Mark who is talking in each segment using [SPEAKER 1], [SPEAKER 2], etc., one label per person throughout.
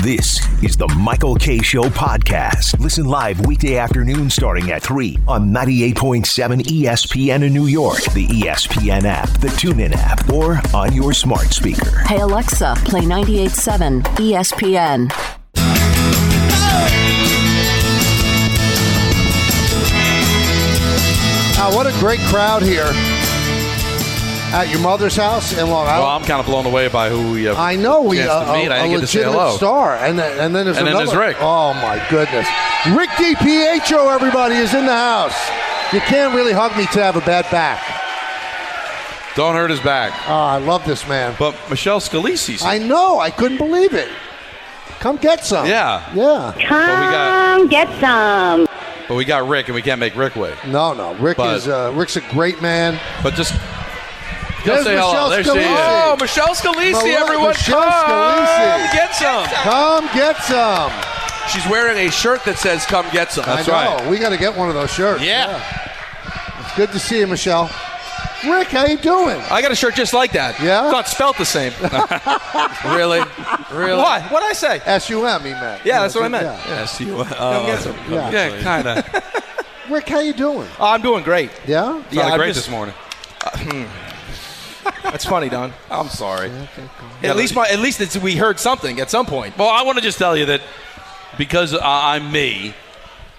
[SPEAKER 1] This is the Michael K. Show podcast. Listen live weekday afternoon starting at 3 on 98.7 ESPN in New York, the E ESPN app, the TuneIn app, or on your smart speaker.
[SPEAKER 2] Hey Alexa, play E 98.7 ESPN.
[SPEAKER 3] Wow, Ah, what a great crowd here at your mother's house in Long
[SPEAKER 4] Well,
[SPEAKER 3] Island.
[SPEAKER 4] I'm kind of blown away by who we. Uh,
[SPEAKER 3] Oh. I know we
[SPEAKER 4] chance
[SPEAKER 3] uh,
[SPEAKER 4] to meet. I
[SPEAKER 3] a,
[SPEAKER 4] didn't
[SPEAKER 3] a
[SPEAKER 4] get to say
[SPEAKER 3] legitimate
[SPEAKER 4] hello.
[SPEAKER 3] star, and then, and then there's
[SPEAKER 4] And then
[SPEAKER 3] another.
[SPEAKER 4] there's Rick.
[SPEAKER 3] Oh my goodness, Rick DiPietro, everybody is in the house. You can't really hug me to have a bad back.
[SPEAKER 4] Don't hurt his back.
[SPEAKER 3] Oh, I love this man.
[SPEAKER 4] But Michelle Scalisi's.
[SPEAKER 3] I know, I couldn't believe it. Come get some.
[SPEAKER 4] Yeah.
[SPEAKER 3] yeah.
[SPEAKER 4] But we got,
[SPEAKER 5] Come Um, get some.
[SPEAKER 4] but we got Rick, and we can't make Rick wait.
[SPEAKER 3] No, no, Rick
[SPEAKER 4] But-
[SPEAKER 3] is uh, Rick's a great man.
[SPEAKER 4] But just.
[SPEAKER 3] There's
[SPEAKER 4] Don't say hello.
[SPEAKER 3] Michelle
[SPEAKER 4] There she
[SPEAKER 3] Scalise.
[SPEAKER 4] is.
[SPEAKER 3] Oh,
[SPEAKER 4] Michelle Scalisi,
[SPEAKER 3] Well, look, everyone, Michelle come Scalise.
[SPEAKER 4] get some.
[SPEAKER 3] Come get some.
[SPEAKER 6] She's wearing a shirt that says "Come get some."
[SPEAKER 4] That's
[SPEAKER 3] I know.
[SPEAKER 4] right.
[SPEAKER 3] We got to get one of those shirts.
[SPEAKER 4] Yeah.
[SPEAKER 3] It's good to see you, Michelle. Rick, how you doing?
[SPEAKER 6] I got a shirt just like that.
[SPEAKER 3] Yeah?
[SPEAKER 6] it's not spelt the same. really, really.
[SPEAKER 4] What? What I say?
[SPEAKER 3] S U M, he meant.
[SPEAKER 6] Yeah, that's what I meant.
[SPEAKER 3] Yeah.
[SPEAKER 4] Yes, you. Oh,
[SPEAKER 3] Yeah.
[SPEAKER 6] uh, Yeah, kind of.
[SPEAKER 3] Rick, how you doing?
[SPEAKER 6] oh, I'm doing great.
[SPEAKER 3] Yeah.
[SPEAKER 4] yeah,
[SPEAKER 6] Yeah, I'm
[SPEAKER 4] great
[SPEAKER 6] just-
[SPEAKER 4] this morning.
[SPEAKER 6] That's funny, Don.
[SPEAKER 4] hmm. I'm sorry.
[SPEAKER 6] At least my, at least it's, we heard something at some point.
[SPEAKER 4] Well, I want to just tell you that because uh, I'm me,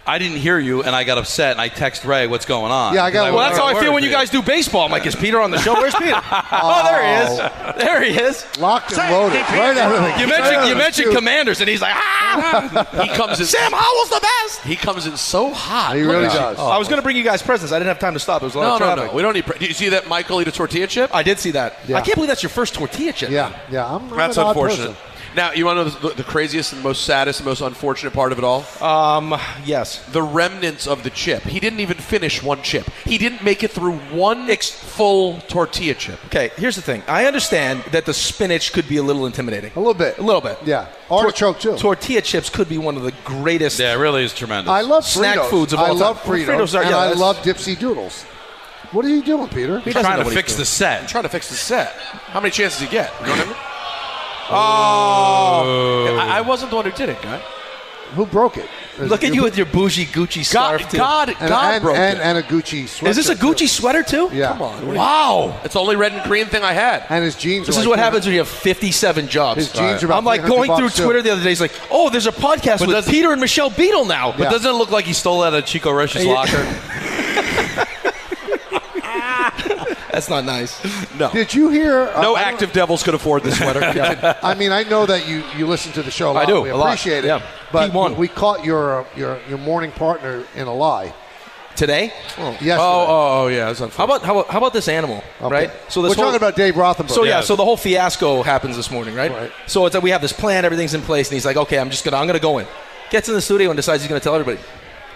[SPEAKER 4] I didn't hear you, and I got upset, and I text Ray, "What's going on?"
[SPEAKER 3] Yeah, I got a
[SPEAKER 6] Well, that's how
[SPEAKER 3] lot
[SPEAKER 6] I
[SPEAKER 3] of
[SPEAKER 6] feel when you guys do baseball. I'm like, is Peter on the show? Where's Peter? oh, there he is. There he is.
[SPEAKER 3] Locked and loaded. Right out of the right
[SPEAKER 6] You
[SPEAKER 3] out
[SPEAKER 6] mentioned
[SPEAKER 3] of
[SPEAKER 6] you
[SPEAKER 3] the
[SPEAKER 6] mentioned
[SPEAKER 3] chute.
[SPEAKER 6] commanders, and he's like, ah!
[SPEAKER 7] He comes in.
[SPEAKER 6] Sam Howell's the best.
[SPEAKER 7] He comes in so hot.
[SPEAKER 3] He
[SPEAKER 7] Look
[SPEAKER 3] really
[SPEAKER 7] at you.
[SPEAKER 3] does.
[SPEAKER 6] I was going to bring you guys presents. I didn't have time to stop. It was a
[SPEAKER 7] No,
[SPEAKER 6] lot
[SPEAKER 7] no,
[SPEAKER 6] of
[SPEAKER 7] no.
[SPEAKER 6] traffic.
[SPEAKER 7] We don't need. Pre- Do you see that Michael eat a tortilla chip?
[SPEAKER 6] I did see that.
[SPEAKER 3] Yeah.
[SPEAKER 6] I can't believe that's your first tortilla chip.
[SPEAKER 3] Yeah, yeah. I'm, I'm
[SPEAKER 7] That's
[SPEAKER 3] an odd
[SPEAKER 7] unfortunate.
[SPEAKER 3] person.
[SPEAKER 7] Now, you want to know the, the craziest and most saddest and most unfortunate part of it all?
[SPEAKER 6] Um. Yes.
[SPEAKER 7] the remnants of the chip. He didn't even finish one chip. He didn't make it through one full tortilla chip.
[SPEAKER 6] Okay. Here's the thing. I understand that the spinach could be a little intimidating.
[SPEAKER 3] A little bit.
[SPEAKER 6] A little bit.
[SPEAKER 3] Yeah. Artichoke, too.
[SPEAKER 6] Tortilla chips could be one of the greatest.
[SPEAKER 4] Yeah, it really is tremendous.
[SPEAKER 3] I love
[SPEAKER 6] Snack
[SPEAKER 3] Fritos.
[SPEAKER 6] foods of all
[SPEAKER 3] I
[SPEAKER 6] time.
[SPEAKER 3] love
[SPEAKER 6] Well,
[SPEAKER 3] Fritos,
[SPEAKER 6] Fritos are-
[SPEAKER 3] and
[SPEAKER 6] yeah,
[SPEAKER 3] I
[SPEAKER 6] that's-
[SPEAKER 3] love Dipsy Doodles. What are you doing, Peter?
[SPEAKER 7] He
[SPEAKER 4] trying to fix the set.
[SPEAKER 7] Trying to fix the set. How many chances did he get? You know what I mean?
[SPEAKER 4] Oh.
[SPEAKER 7] I, I wasn't the one who did it, guy.
[SPEAKER 3] Who broke it?
[SPEAKER 6] Look at you with your bougie Gucci
[SPEAKER 7] God,
[SPEAKER 6] scarf too.
[SPEAKER 7] God,
[SPEAKER 3] and,
[SPEAKER 7] God
[SPEAKER 3] and,
[SPEAKER 7] broke
[SPEAKER 3] and,
[SPEAKER 7] it.
[SPEAKER 3] and a Gucci sweater.
[SPEAKER 6] Is this a Gucci sweater too?
[SPEAKER 3] Yeah.
[SPEAKER 6] Come on.
[SPEAKER 7] wow, it's the only red and green thing I had.
[SPEAKER 3] And his jeans.
[SPEAKER 6] This
[SPEAKER 3] are
[SPEAKER 6] is
[SPEAKER 3] like
[SPEAKER 6] what happens when you have 57 jobs.
[SPEAKER 3] His jeans are about
[SPEAKER 6] I'm like
[SPEAKER 3] 300
[SPEAKER 6] going through
[SPEAKER 3] bucks, too.
[SPEAKER 6] Twitter the other day. It's like, oh, there's a podcast with
[SPEAKER 4] doesn't-
[SPEAKER 6] Peter and Michelle Beadle now.
[SPEAKER 4] But
[SPEAKER 3] Yeah.
[SPEAKER 4] doesn't it look like he stole out of Chico Rush's
[SPEAKER 6] Yeah.
[SPEAKER 4] locker?
[SPEAKER 6] That's not nice.
[SPEAKER 7] No,
[SPEAKER 3] Did you hear? uh,
[SPEAKER 7] no
[SPEAKER 3] I don't-
[SPEAKER 7] active devils could afford this sweater.
[SPEAKER 3] I mean, I know that you, you listen to the show. A lot.
[SPEAKER 6] I do,
[SPEAKER 3] We
[SPEAKER 6] a lot.
[SPEAKER 3] appreciate it.
[SPEAKER 6] Yeah.
[SPEAKER 3] But
[SPEAKER 6] P1.
[SPEAKER 3] we caught your uh, your your morning partner in a lie.
[SPEAKER 6] Today?
[SPEAKER 3] Yes.
[SPEAKER 7] Oh, oh, oh, yeah. That's
[SPEAKER 6] How
[SPEAKER 7] unfortunate.
[SPEAKER 6] about how about, how about this animal, right?
[SPEAKER 3] So
[SPEAKER 6] this
[SPEAKER 3] we're
[SPEAKER 6] whole-
[SPEAKER 3] talking about Dave Rothenberg.
[SPEAKER 6] So yeah, so the whole fiasco happens this morning, right?
[SPEAKER 3] Right.
[SPEAKER 6] So it's like we have this plan, everything's in place, and he's like, "Okay, I'm just gonna, I'm gonna go in." Gets in the studio and decides he's gonna tell everybody.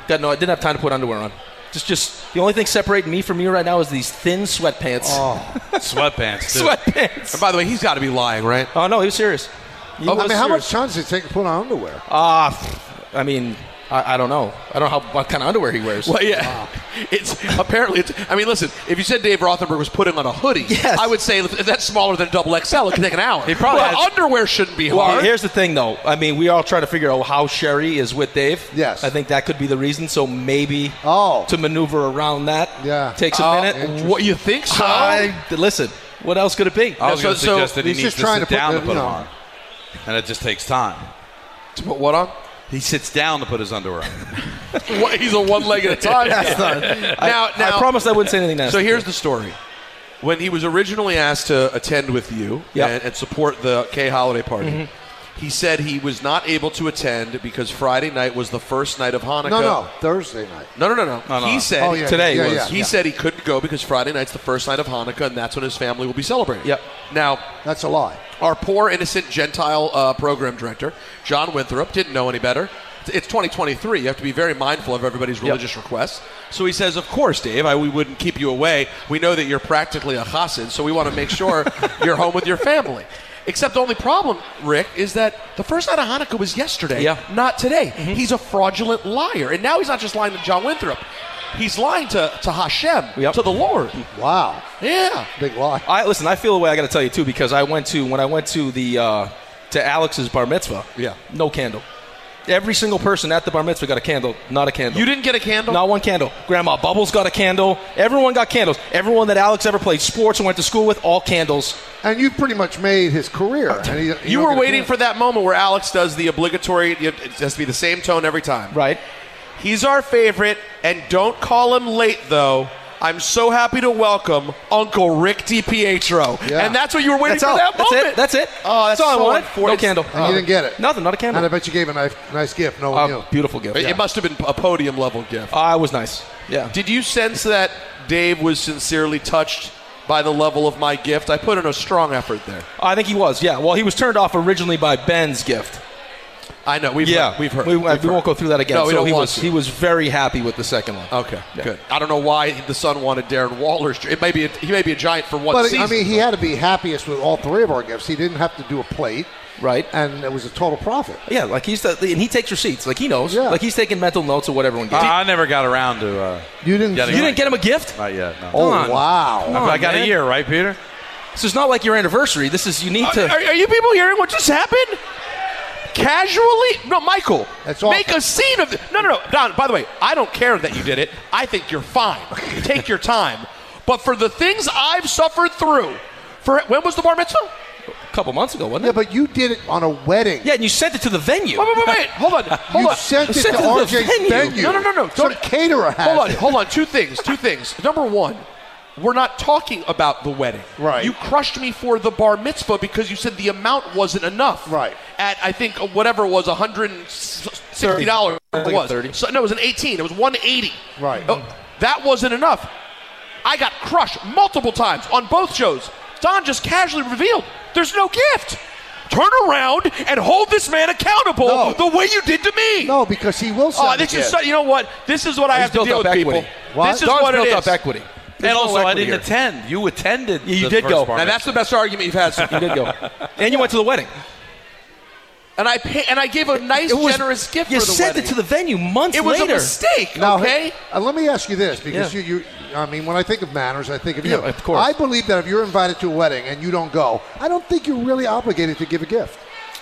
[SPEAKER 6] God, no, I didn't have time to put underwear on. Just, just the only thing separating me from you right now is these thin sweatpants.
[SPEAKER 4] Sweatpants. Too.
[SPEAKER 6] sweatpants.
[SPEAKER 7] And by the way, he's got to be lying, right?
[SPEAKER 6] Oh no, he was serious. He
[SPEAKER 3] Oh, I
[SPEAKER 6] was
[SPEAKER 3] mean, how much
[SPEAKER 6] serious.
[SPEAKER 3] time does it take to put on underwear?
[SPEAKER 6] Ah, pff, I mean, I, I don't know. I don't know how, what kind of underwear he wears.
[SPEAKER 7] Well, yeah. It's apparently. It's, I mean, listen. If you said Dave Rothenberg was putting on a hoodie,
[SPEAKER 6] Yes.
[SPEAKER 7] I would say if that's smaller than a double XL. It could take an hour. He
[SPEAKER 4] probably
[SPEAKER 7] well,
[SPEAKER 4] has-
[SPEAKER 7] underwear shouldn't be
[SPEAKER 6] Well,
[SPEAKER 7] hard.
[SPEAKER 6] here's the thing, though. I mean, we all try to figure out how Sherry is with Dave.
[SPEAKER 3] Yes.
[SPEAKER 6] I think that could be the reason. So maybe
[SPEAKER 3] Oh.
[SPEAKER 6] to maneuver around that
[SPEAKER 3] Yeah.
[SPEAKER 6] takes a
[SPEAKER 4] Oh.
[SPEAKER 7] Uh,
[SPEAKER 6] minute.
[SPEAKER 7] what you think? So
[SPEAKER 6] I, listen, what else could it be?
[SPEAKER 4] I
[SPEAKER 7] No,
[SPEAKER 4] was going
[SPEAKER 7] so-
[SPEAKER 4] to
[SPEAKER 7] so
[SPEAKER 4] suggest that he
[SPEAKER 3] he's
[SPEAKER 4] needs
[SPEAKER 3] just
[SPEAKER 4] to
[SPEAKER 3] trying
[SPEAKER 4] sit
[SPEAKER 3] to put
[SPEAKER 4] down
[SPEAKER 3] the-
[SPEAKER 4] to put
[SPEAKER 3] you
[SPEAKER 4] them
[SPEAKER 3] know.
[SPEAKER 4] on, and it just takes time.
[SPEAKER 7] to put what on?
[SPEAKER 4] He sits down to put his underwear on.
[SPEAKER 7] What, he's a one leg at a time. now,
[SPEAKER 6] I,
[SPEAKER 7] now,
[SPEAKER 6] I promised I wouldn't say anything nasty.
[SPEAKER 7] So here's the story. When he was originally asked to attend with you
[SPEAKER 6] Yep. Mm-hmm.
[SPEAKER 7] and, and support the K holiday party, he said he was not able to attend because Friday night was the first night of Hanukkah.
[SPEAKER 3] No, no, Thursday night.
[SPEAKER 7] No, no, no, no.
[SPEAKER 4] No, no.
[SPEAKER 7] He said
[SPEAKER 3] Oh, yeah, Today yeah, was. yeah,
[SPEAKER 7] He
[SPEAKER 3] yeah.
[SPEAKER 7] said he couldn't go because Friday night's the first night of Hanukkah, and that's when his family will be celebrating.
[SPEAKER 6] Yep.
[SPEAKER 7] Now,
[SPEAKER 3] That's a lie.
[SPEAKER 7] Our poor, innocent Gentile uh, program director, John Winthrop, didn't know any better. It's 2023. You have to be very mindful of everybody's religious requests. So he says, "Of course, Dave. I, we wouldn't keep you away. We know that you're practically a chassid, so we want to make sure you're home with your family." Except the only problem, Rick, is that the first night of Hanukkah was yesterday,
[SPEAKER 6] Yeah. Mm-hmm.
[SPEAKER 7] not today. He's a fraudulent liar, and now he's not just lying to John Winthrop. He's lying to, to Hashem,
[SPEAKER 6] Yep. Mm-hmm.
[SPEAKER 7] to the Lord.
[SPEAKER 3] Wow.
[SPEAKER 7] Yeah.
[SPEAKER 3] Big lie.
[SPEAKER 6] I listen. I feel the way I got to tell you too because I went to when I went to the uh, to Alex's bar mitzvah.
[SPEAKER 7] Yeah.
[SPEAKER 6] No candle. Every single person at the bar mitzvah got a candle, not a candle.
[SPEAKER 7] You didn't get a candle?
[SPEAKER 6] Not one candle. Grandma Bubbles got a candle. Everyone got candles. Everyone that Alex ever played sports and went to school with, all candles.
[SPEAKER 3] And you pretty much made his career. And he-
[SPEAKER 7] You were waiting for that moment where Alex does the obligatory, it has to be the same tone every time.
[SPEAKER 6] Right.
[SPEAKER 7] He's our favorite, and don't call him late, though. I'm so happy to welcome Uncle Rick DiPietro.
[SPEAKER 3] Yeah.
[SPEAKER 7] And that's what you were waiting
[SPEAKER 6] That's
[SPEAKER 7] for
[SPEAKER 6] all.
[SPEAKER 7] that
[SPEAKER 6] That's
[SPEAKER 7] moment.
[SPEAKER 6] it. That's it.
[SPEAKER 7] Oh, that's
[SPEAKER 6] all
[SPEAKER 7] so Oh.
[SPEAKER 6] I wanted.
[SPEAKER 7] unfortunate.
[SPEAKER 6] No candle.
[SPEAKER 3] And you didn't get it.
[SPEAKER 6] Uh, Nothing. Not a candle.
[SPEAKER 3] And I bet you gave a nice, nice gift. No one
[SPEAKER 6] Uh,
[SPEAKER 3] knew.
[SPEAKER 6] beautiful gift.
[SPEAKER 7] It-
[SPEAKER 6] Yeah. Uh,
[SPEAKER 7] It must have been a podium level gift.
[SPEAKER 6] I was nice. Yeah.
[SPEAKER 7] Did you sense that Dave was sincerely touched by the level of my gift? I put in a strong effort there.
[SPEAKER 6] I think he was. Yeah. Well, he was turned off originally by Ben's gift.
[SPEAKER 7] I know. We've
[SPEAKER 6] yeah.
[SPEAKER 7] heard. We've heard.
[SPEAKER 6] We, uh,
[SPEAKER 7] We've
[SPEAKER 6] we
[SPEAKER 7] heard.
[SPEAKER 6] won't go through that again.
[SPEAKER 7] No, we
[SPEAKER 6] so
[SPEAKER 7] don't
[SPEAKER 6] he
[SPEAKER 7] want
[SPEAKER 6] was.
[SPEAKER 7] to.
[SPEAKER 6] He was very happy with the second one.
[SPEAKER 7] Okay,
[SPEAKER 6] Yeah.
[SPEAKER 7] good. I don't know why the son wanted Darren Waller's. It may be a, he may be a giant for one
[SPEAKER 3] But
[SPEAKER 7] season.
[SPEAKER 3] I mean, he had to be happiest with all three of our gifts. He didn't have to do a plate,
[SPEAKER 6] Right.
[SPEAKER 3] and it was a total profit.
[SPEAKER 6] Yeah. Like he's the, and he takes receipts. Like he knows.
[SPEAKER 3] Yeah.
[SPEAKER 6] Like he's taking mental notes of what everyone
[SPEAKER 4] I,
[SPEAKER 6] gets.
[SPEAKER 7] Uh,
[SPEAKER 4] I never got around to. Uh,
[SPEAKER 3] You didn't.
[SPEAKER 4] Yeah, they
[SPEAKER 6] you didn't get him a gift.
[SPEAKER 4] not yet. No.
[SPEAKER 3] oh
[SPEAKER 6] on.
[SPEAKER 4] I,
[SPEAKER 3] wow!
[SPEAKER 4] I got
[SPEAKER 6] man.
[SPEAKER 4] a year, right, Peter?
[SPEAKER 6] This is not like your anniversary. This is you need
[SPEAKER 7] Uh, are,
[SPEAKER 6] to.
[SPEAKER 7] are- are you people hearing what just happened? Casually, no, Michael.
[SPEAKER 3] That's
[SPEAKER 7] make
[SPEAKER 3] awful.
[SPEAKER 7] a scene of it. No, no, no, Don. By the way, I don't care that you did it. I think you're fine. Take your time. But for the things I've suffered through, for when was the bar mitzvah?
[SPEAKER 6] a couple months ago, wasn't
[SPEAKER 3] Yeah,
[SPEAKER 6] it?
[SPEAKER 3] but you did it on a wedding.
[SPEAKER 6] Yeah, and you sent it to the venue.
[SPEAKER 7] Wait, wait, wait, wait. Hold on. Hold
[SPEAKER 3] you
[SPEAKER 7] on.
[SPEAKER 3] sent it
[SPEAKER 6] Sent
[SPEAKER 3] to
[SPEAKER 6] it to the
[SPEAKER 3] RJ's venue.
[SPEAKER 6] venue.
[SPEAKER 7] No, no, no, no.
[SPEAKER 3] Some
[SPEAKER 7] Don't-
[SPEAKER 3] caterer has
[SPEAKER 7] Hold on,
[SPEAKER 3] it.
[SPEAKER 7] hold on. Two things. Two things. Number one, we're not talking about the wedding.
[SPEAKER 3] Right.
[SPEAKER 7] You crushed me for the bar mitzvah because you said the amount wasn't enough.
[SPEAKER 3] Right.
[SPEAKER 7] At I think uh, whatever it was one hundred and sixty dollars.
[SPEAKER 6] I think
[SPEAKER 7] was
[SPEAKER 6] thirty.
[SPEAKER 7] So, no, it was an eighteen. It was one eighty. Oh,
[SPEAKER 3] Right.
[SPEAKER 7] that wasn't enough. I got crushed multiple times on both shows. Don just casually revealed there's no gift. Turn around and hold this man accountable
[SPEAKER 3] No.
[SPEAKER 7] the way you did to me.
[SPEAKER 3] No, because he will send
[SPEAKER 7] Oh,
[SPEAKER 3] it
[SPEAKER 7] this
[SPEAKER 3] to
[SPEAKER 7] is
[SPEAKER 3] you.
[SPEAKER 7] so, you know what? This is what I
[SPEAKER 6] He's
[SPEAKER 7] have to
[SPEAKER 6] built
[SPEAKER 7] deal
[SPEAKER 6] up
[SPEAKER 7] with
[SPEAKER 6] equity.
[SPEAKER 7] people.
[SPEAKER 3] What?
[SPEAKER 7] This is
[SPEAKER 6] Don's
[SPEAKER 7] what it
[SPEAKER 6] built
[SPEAKER 7] is.
[SPEAKER 6] up equity.
[SPEAKER 4] and
[SPEAKER 6] no
[SPEAKER 4] also, I
[SPEAKER 6] equity
[SPEAKER 4] didn't
[SPEAKER 6] here.
[SPEAKER 4] attend. You attended.
[SPEAKER 6] Yeah, you
[SPEAKER 4] the
[SPEAKER 6] did
[SPEAKER 4] first
[SPEAKER 6] go.
[SPEAKER 4] bar
[SPEAKER 7] And that's the best argument you've had. so-
[SPEAKER 6] You did go, and you went to the wedding.
[SPEAKER 7] and I pay, and I gave a nice,
[SPEAKER 6] It was-
[SPEAKER 7] generous gift.
[SPEAKER 6] You
[SPEAKER 7] for the
[SPEAKER 6] sent
[SPEAKER 7] wedding.
[SPEAKER 6] it to the venue months
[SPEAKER 7] It was
[SPEAKER 6] later.
[SPEAKER 7] a mistake.
[SPEAKER 3] Now,
[SPEAKER 7] okay.
[SPEAKER 3] hey, uh, let me ask you this, because
[SPEAKER 6] Yeah.
[SPEAKER 3] you, you, I mean, when I think of manners, I think of
[SPEAKER 6] Yeah,
[SPEAKER 3] you.
[SPEAKER 6] of course.
[SPEAKER 3] I believe that if you're invited to a wedding and you don't go, I don't think you're really obligated to give a gift.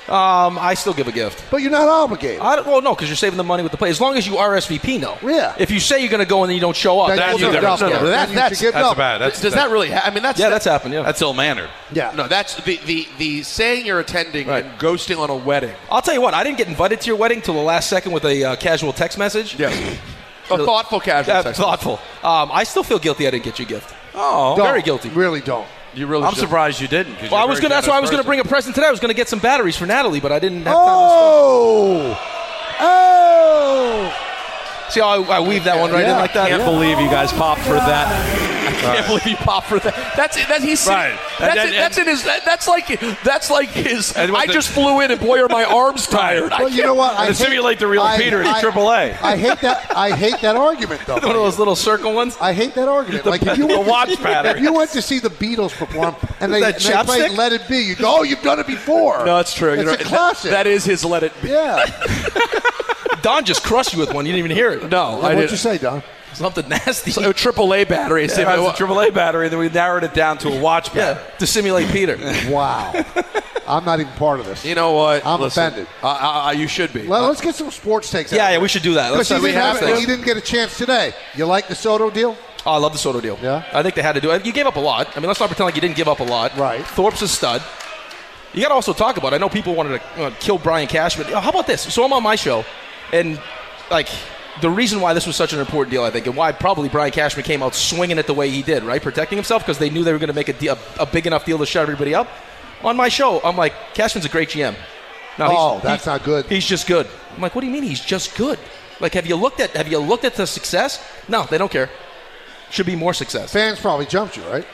[SPEAKER 6] Um, I still give a gift.
[SPEAKER 3] But you're not obligated.
[SPEAKER 6] I don't, well, no, because you're saving the money with the play. As long as you RSVP, no.
[SPEAKER 3] Yeah.
[SPEAKER 6] If you say you're going to go and then you don't show up,
[SPEAKER 3] Then
[SPEAKER 6] that's
[SPEAKER 3] you
[SPEAKER 6] the
[SPEAKER 3] should
[SPEAKER 6] difference.
[SPEAKER 3] go.
[SPEAKER 6] Yeah.
[SPEAKER 3] No, no, that-
[SPEAKER 7] Then you should
[SPEAKER 3] that's-
[SPEAKER 7] give
[SPEAKER 4] That's
[SPEAKER 7] up.
[SPEAKER 4] bad. That's-
[SPEAKER 7] Does that really? Ha- I mean, that's
[SPEAKER 6] Yeah, that's happened. Yeah.
[SPEAKER 4] That's ill mannered.
[SPEAKER 3] yeah.
[SPEAKER 7] No, that's the the the saying you're attending
[SPEAKER 6] Right.
[SPEAKER 7] and ghosting on a wedding.
[SPEAKER 6] I'll tell you what. I didn't get invited to your wedding till the last second with a uh, casual text message.
[SPEAKER 7] Yes. a thoughtful casual.
[SPEAKER 6] Uh,
[SPEAKER 7] text.
[SPEAKER 6] thoughtful. Um, I still feel guilty. I didn't get you a gift.
[SPEAKER 4] Oh,
[SPEAKER 3] Don't.
[SPEAKER 6] very guilty.
[SPEAKER 3] Really don't.
[SPEAKER 7] You really.
[SPEAKER 4] I'm
[SPEAKER 7] should.
[SPEAKER 4] surprised you didn't. 'cause
[SPEAKER 6] Well, I
[SPEAKER 4] you're a
[SPEAKER 6] was
[SPEAKER 4] very
[SPEAKER 6] gonna. That's why I was
[SPEAKER 4] generous
[SPEAKER 6] gonna bring a present today. I was gonna get some batteries for Natalie, but I didn't have time.
[SPEAKER 3] Oh! Oh!
[SPEAKER 6] To stop. See, how I, I weaved that one right
[SPEAKER 3] Yeah.
[SPEAKER 6] in like that.
[SPEAKER 4] person. I can't believe you guys popped for that.
[SPEAKER 7] I can't believe you popped for that. That's it. That he's sitting-
[SPEAKER 4] Right.
[SPEAKER 7] That's,
[SPEAKER 4] And-
[SPEAKER 7] it,
[SPEAKER 4] and-
[SPEAKER 7] that's in his. That, that's like. That's like his.
[SPEAKER 4] And what
[SPEAKER 7] I
[SPEAKER 4] the-
[SPEAKER 7] just flew in and boy, are my arms tired. I
[SPEAKER 3] Well, you know what? I
[SPEAKER 4] To
[SPEAKER 3] hate-
[SPEAKER 4] simulate the real
[SPEAKER 3] I-
[SPEAKER 4] Peter, he's
[SPEAKER 3] I-
[SPEAKER 4] AAA.
[SPEAKER 3] I hate that. I hate that argument, though.
[SPEAKER 6] One of those little circle ones.
[SPEAKER 3] I hate that argument. like if you
[SPEAKER 4] the
[SPEAKER 3] went
[SPEAKER 4] watch
[SPEAKER 3] to, see-
[SPEAKER 4] battery.
[SPEAKER 3] if you went to see the Beatles perform and they, and
[SPEAKER 6] that
[SPEAKER 3] they played
[SPEAKER 6] chapstick?
[SPEAKER 3] "Let It Be," you go, "Oh, you've done it before."
[SPEAKER 7] No, it's true.
[SPEAKER 3] It's
[SPEAKER 7] You know,
[SPEAKER 3] a classic.
[SPEAKER 7] That, that is his let it be.
[SPEAKER 3] yeah.
[SPEAKER 6] Don just crushed you with one. You didn't even hear it.
[SPEAKER 7] No,
[SPEAKER 3] What'd
[SPEAKER 7] I
[SPEAKER 3] you
[SPEAKER 7] didn't.
[SPEAKER 3] say, Don?
[SPEAKER 6] Something nasty.
[SPEAKER 7] So, triple A battery.
[SPEAKER 4] If it was a AAA battery, then we narrowed it down to a watch
[SPEAKER 6] yeah,
[SPEAKER 4] battery.
[SPEAKER 6] to simulate Peter.
[SPEAKER 3] Wow. I'm not even part of this.
[SPEAKER 7] you know what?
[SPEAKER 3] I'm
[SPEAKER 7] Listen,
[SPEAKER 3] offended.
[SPEAKER 7] Uh, uh, uh, you should be.
[SPEAKER 3] Well, let's get some sports takes.
[SPEAKER 6] yeah, yeah, we should do that.
[SPEAKER 3] Because
[SPEAKER 6] Let's
[SPEAKER 3] he,
[SPEAKER 6] we
[SPEAKER 3] didn't
[SPEAKER 6] have
[SPEAKER 3] have it- he
[SPEAKER 6] things.
[SPEAKER 3] didn't get a chance today. You like the Soto deal?
[SPEAKER 6] Oh, I love the Soto deal.
[SPEAKER 3] Yeah?
[SPEAKER 6] I think they had to do it. You gave up a lot. I mean, let's not pretend like you didn't give up a lot.
[SPEAKER 3] Right.
[SPEAKER 6] Thorpe's a stud. You got to also talk about. It. I know people wanted to uh, kill Brian Cashman. How about this? So I'm on my show, and like the reason why this was such an important deal, I think, and why probably Brian Cashman came out swinging it the way he did, right, protecting himself because they knew they were going to make a, deal, a big enough deal to shut everybody up. On my show, I'm like, Cashman's a great GM. No, he's-
[SPEAKER 3] Oh, that's not good.
[SPEAKER 6] He's just good. I'm like, what do you mean he's just good? Like, have you looked at have you looked at the success? No, they don't care. Should be more success.
[SPEAKER 3] Fans probably jumped you, right?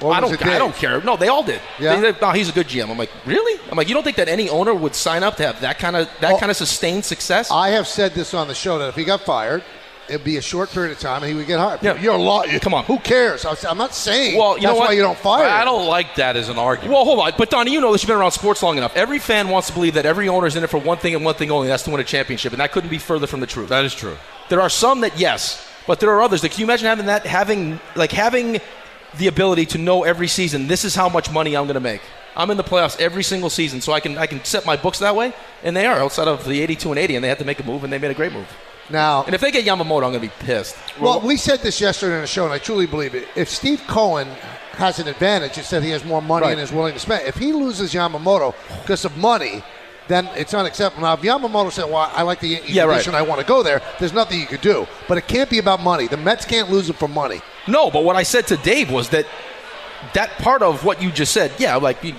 [SPEAKER 3] Or
[SPEAKER 6] I
[SPEAKER 3] was
[SPEAKER 6] don't.
[SPEAKER 3] it Dave?
[SPEAKER 6] I don't care. No, they all did.
[SPEAKER 3] Yeah?
[SPEAKER 6] They- they- no, he's a good GM. I'm like, really? I'm like, you don't think that any owner would sign up to have that kind of that
[SPEAKER 3] Oh.
[SPEAKER 6] kind of sustained success?
[SPEAKER 3] I have said this on the show that if he got fired, it'd be a short period of time and he would get hired.
[SPEAKER 6] Yeah.
[SPEAKER 3] You're a law. you-
[SPEAKER 6] Come on.
[SPEAKER 3] Who cares? I was- I'm not saying
[SPEAKER 6] Well, you know
[SPEAKER 3] that's
[SPEAKER 6] what?
[SPEAKER 3] why you don't fire.
[SPEAKER 4] I
[SPEAKER 3] him.
[SPEAKER 4] don't like that as an argument.
[SPEAKER 6] well, hold on. But Donnie, you know this. You've been around sports long enough. Every fan wants to believe that every owner's in it for one thing and one thing only. That's to win a championship, and that couldn't be further from the truth.
[SPEAKER 4] that is true.
[SPEAKER 6] There are some that yes, but there are others. Like, can you imagine having that, having like having the ability to know every season? This is how much money I'm going to make. I'm in the playoffs every single season, so I can I can set my books that way. And they are outside of the 82 and 80, and they had to make a move, and they made a great move.
[SPEAKER 3] Now,
[SPEAKER 6] And if they get Yamamoto, I'm going to be pissed.
[SPEAKER 3] well, we said this yesterday on the show, and I truly believe it. If Steve Cohen has an advantage, it's that he has more money
[SPEAKER 6] Right.
[SPEAKER 3] and is willing to spend. If he loses Yamamoto because of money, then it's unacceptable. Now, if Yamamoto said, "Well, I like the Yankees
[SPEAKER 6] Yeah, right.
[SPEAKER 3] position, I want to go there," there's nothing you could do. But it can't be about money. The Mets can't lose it for money.
[SPEAKER 6] No, but what I said to Dave was that that part of what you just said, yeah, like you,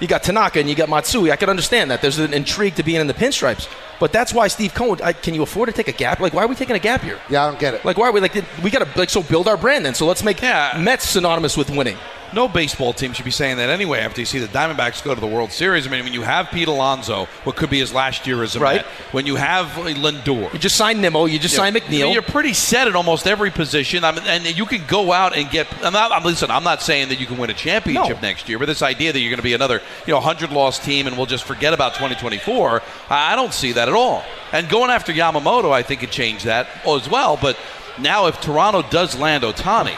[SPEAKER 6] you got Tanaka and you got Matsui. I could understand that. There's an intrigue to being in the pinstripes, but that's why Steve Cohen. I, can you afford to take a gap? Like, why are we taking a gap here?
[SPEAKER 3] Yeah, I don't get it.
[SPEAKER 6] Like, why are we like? did- We gotta like so build our brand then. So let's make
[SPEAKER 4] Yeah.
[SPEAKER 6] Mets synonymous with winning.
[SPEAKER 4] No baseball team should be saying that anyway. After you see the Diamondbacks go to the World Series, I mean, when you have Pete Alonso, what could be his last year as a
[SPEAKER 6] Right.
[SPEAKER 4] Met, when you have Lindor,
[SPEAKER 6] You just signed Nimmo. You just signed
[SPEAKER 4] I mean,
[SPEAKER 6] McNeil.
[SPEAKER 4] You're pretty set at almost every position. I mean, and you can go out and get. I'm not, I'm, listen, I'm not saying that you can win a championship
[SPEAKER 6] No.
[SPEAKER 4] next year, but this idea that you're going to be another, you know, 100 loss team and we'll just forget about 2024, I I don't see that at all. And going after Yamamoto, I think could change that as well. But now, if Toronto does land Otani,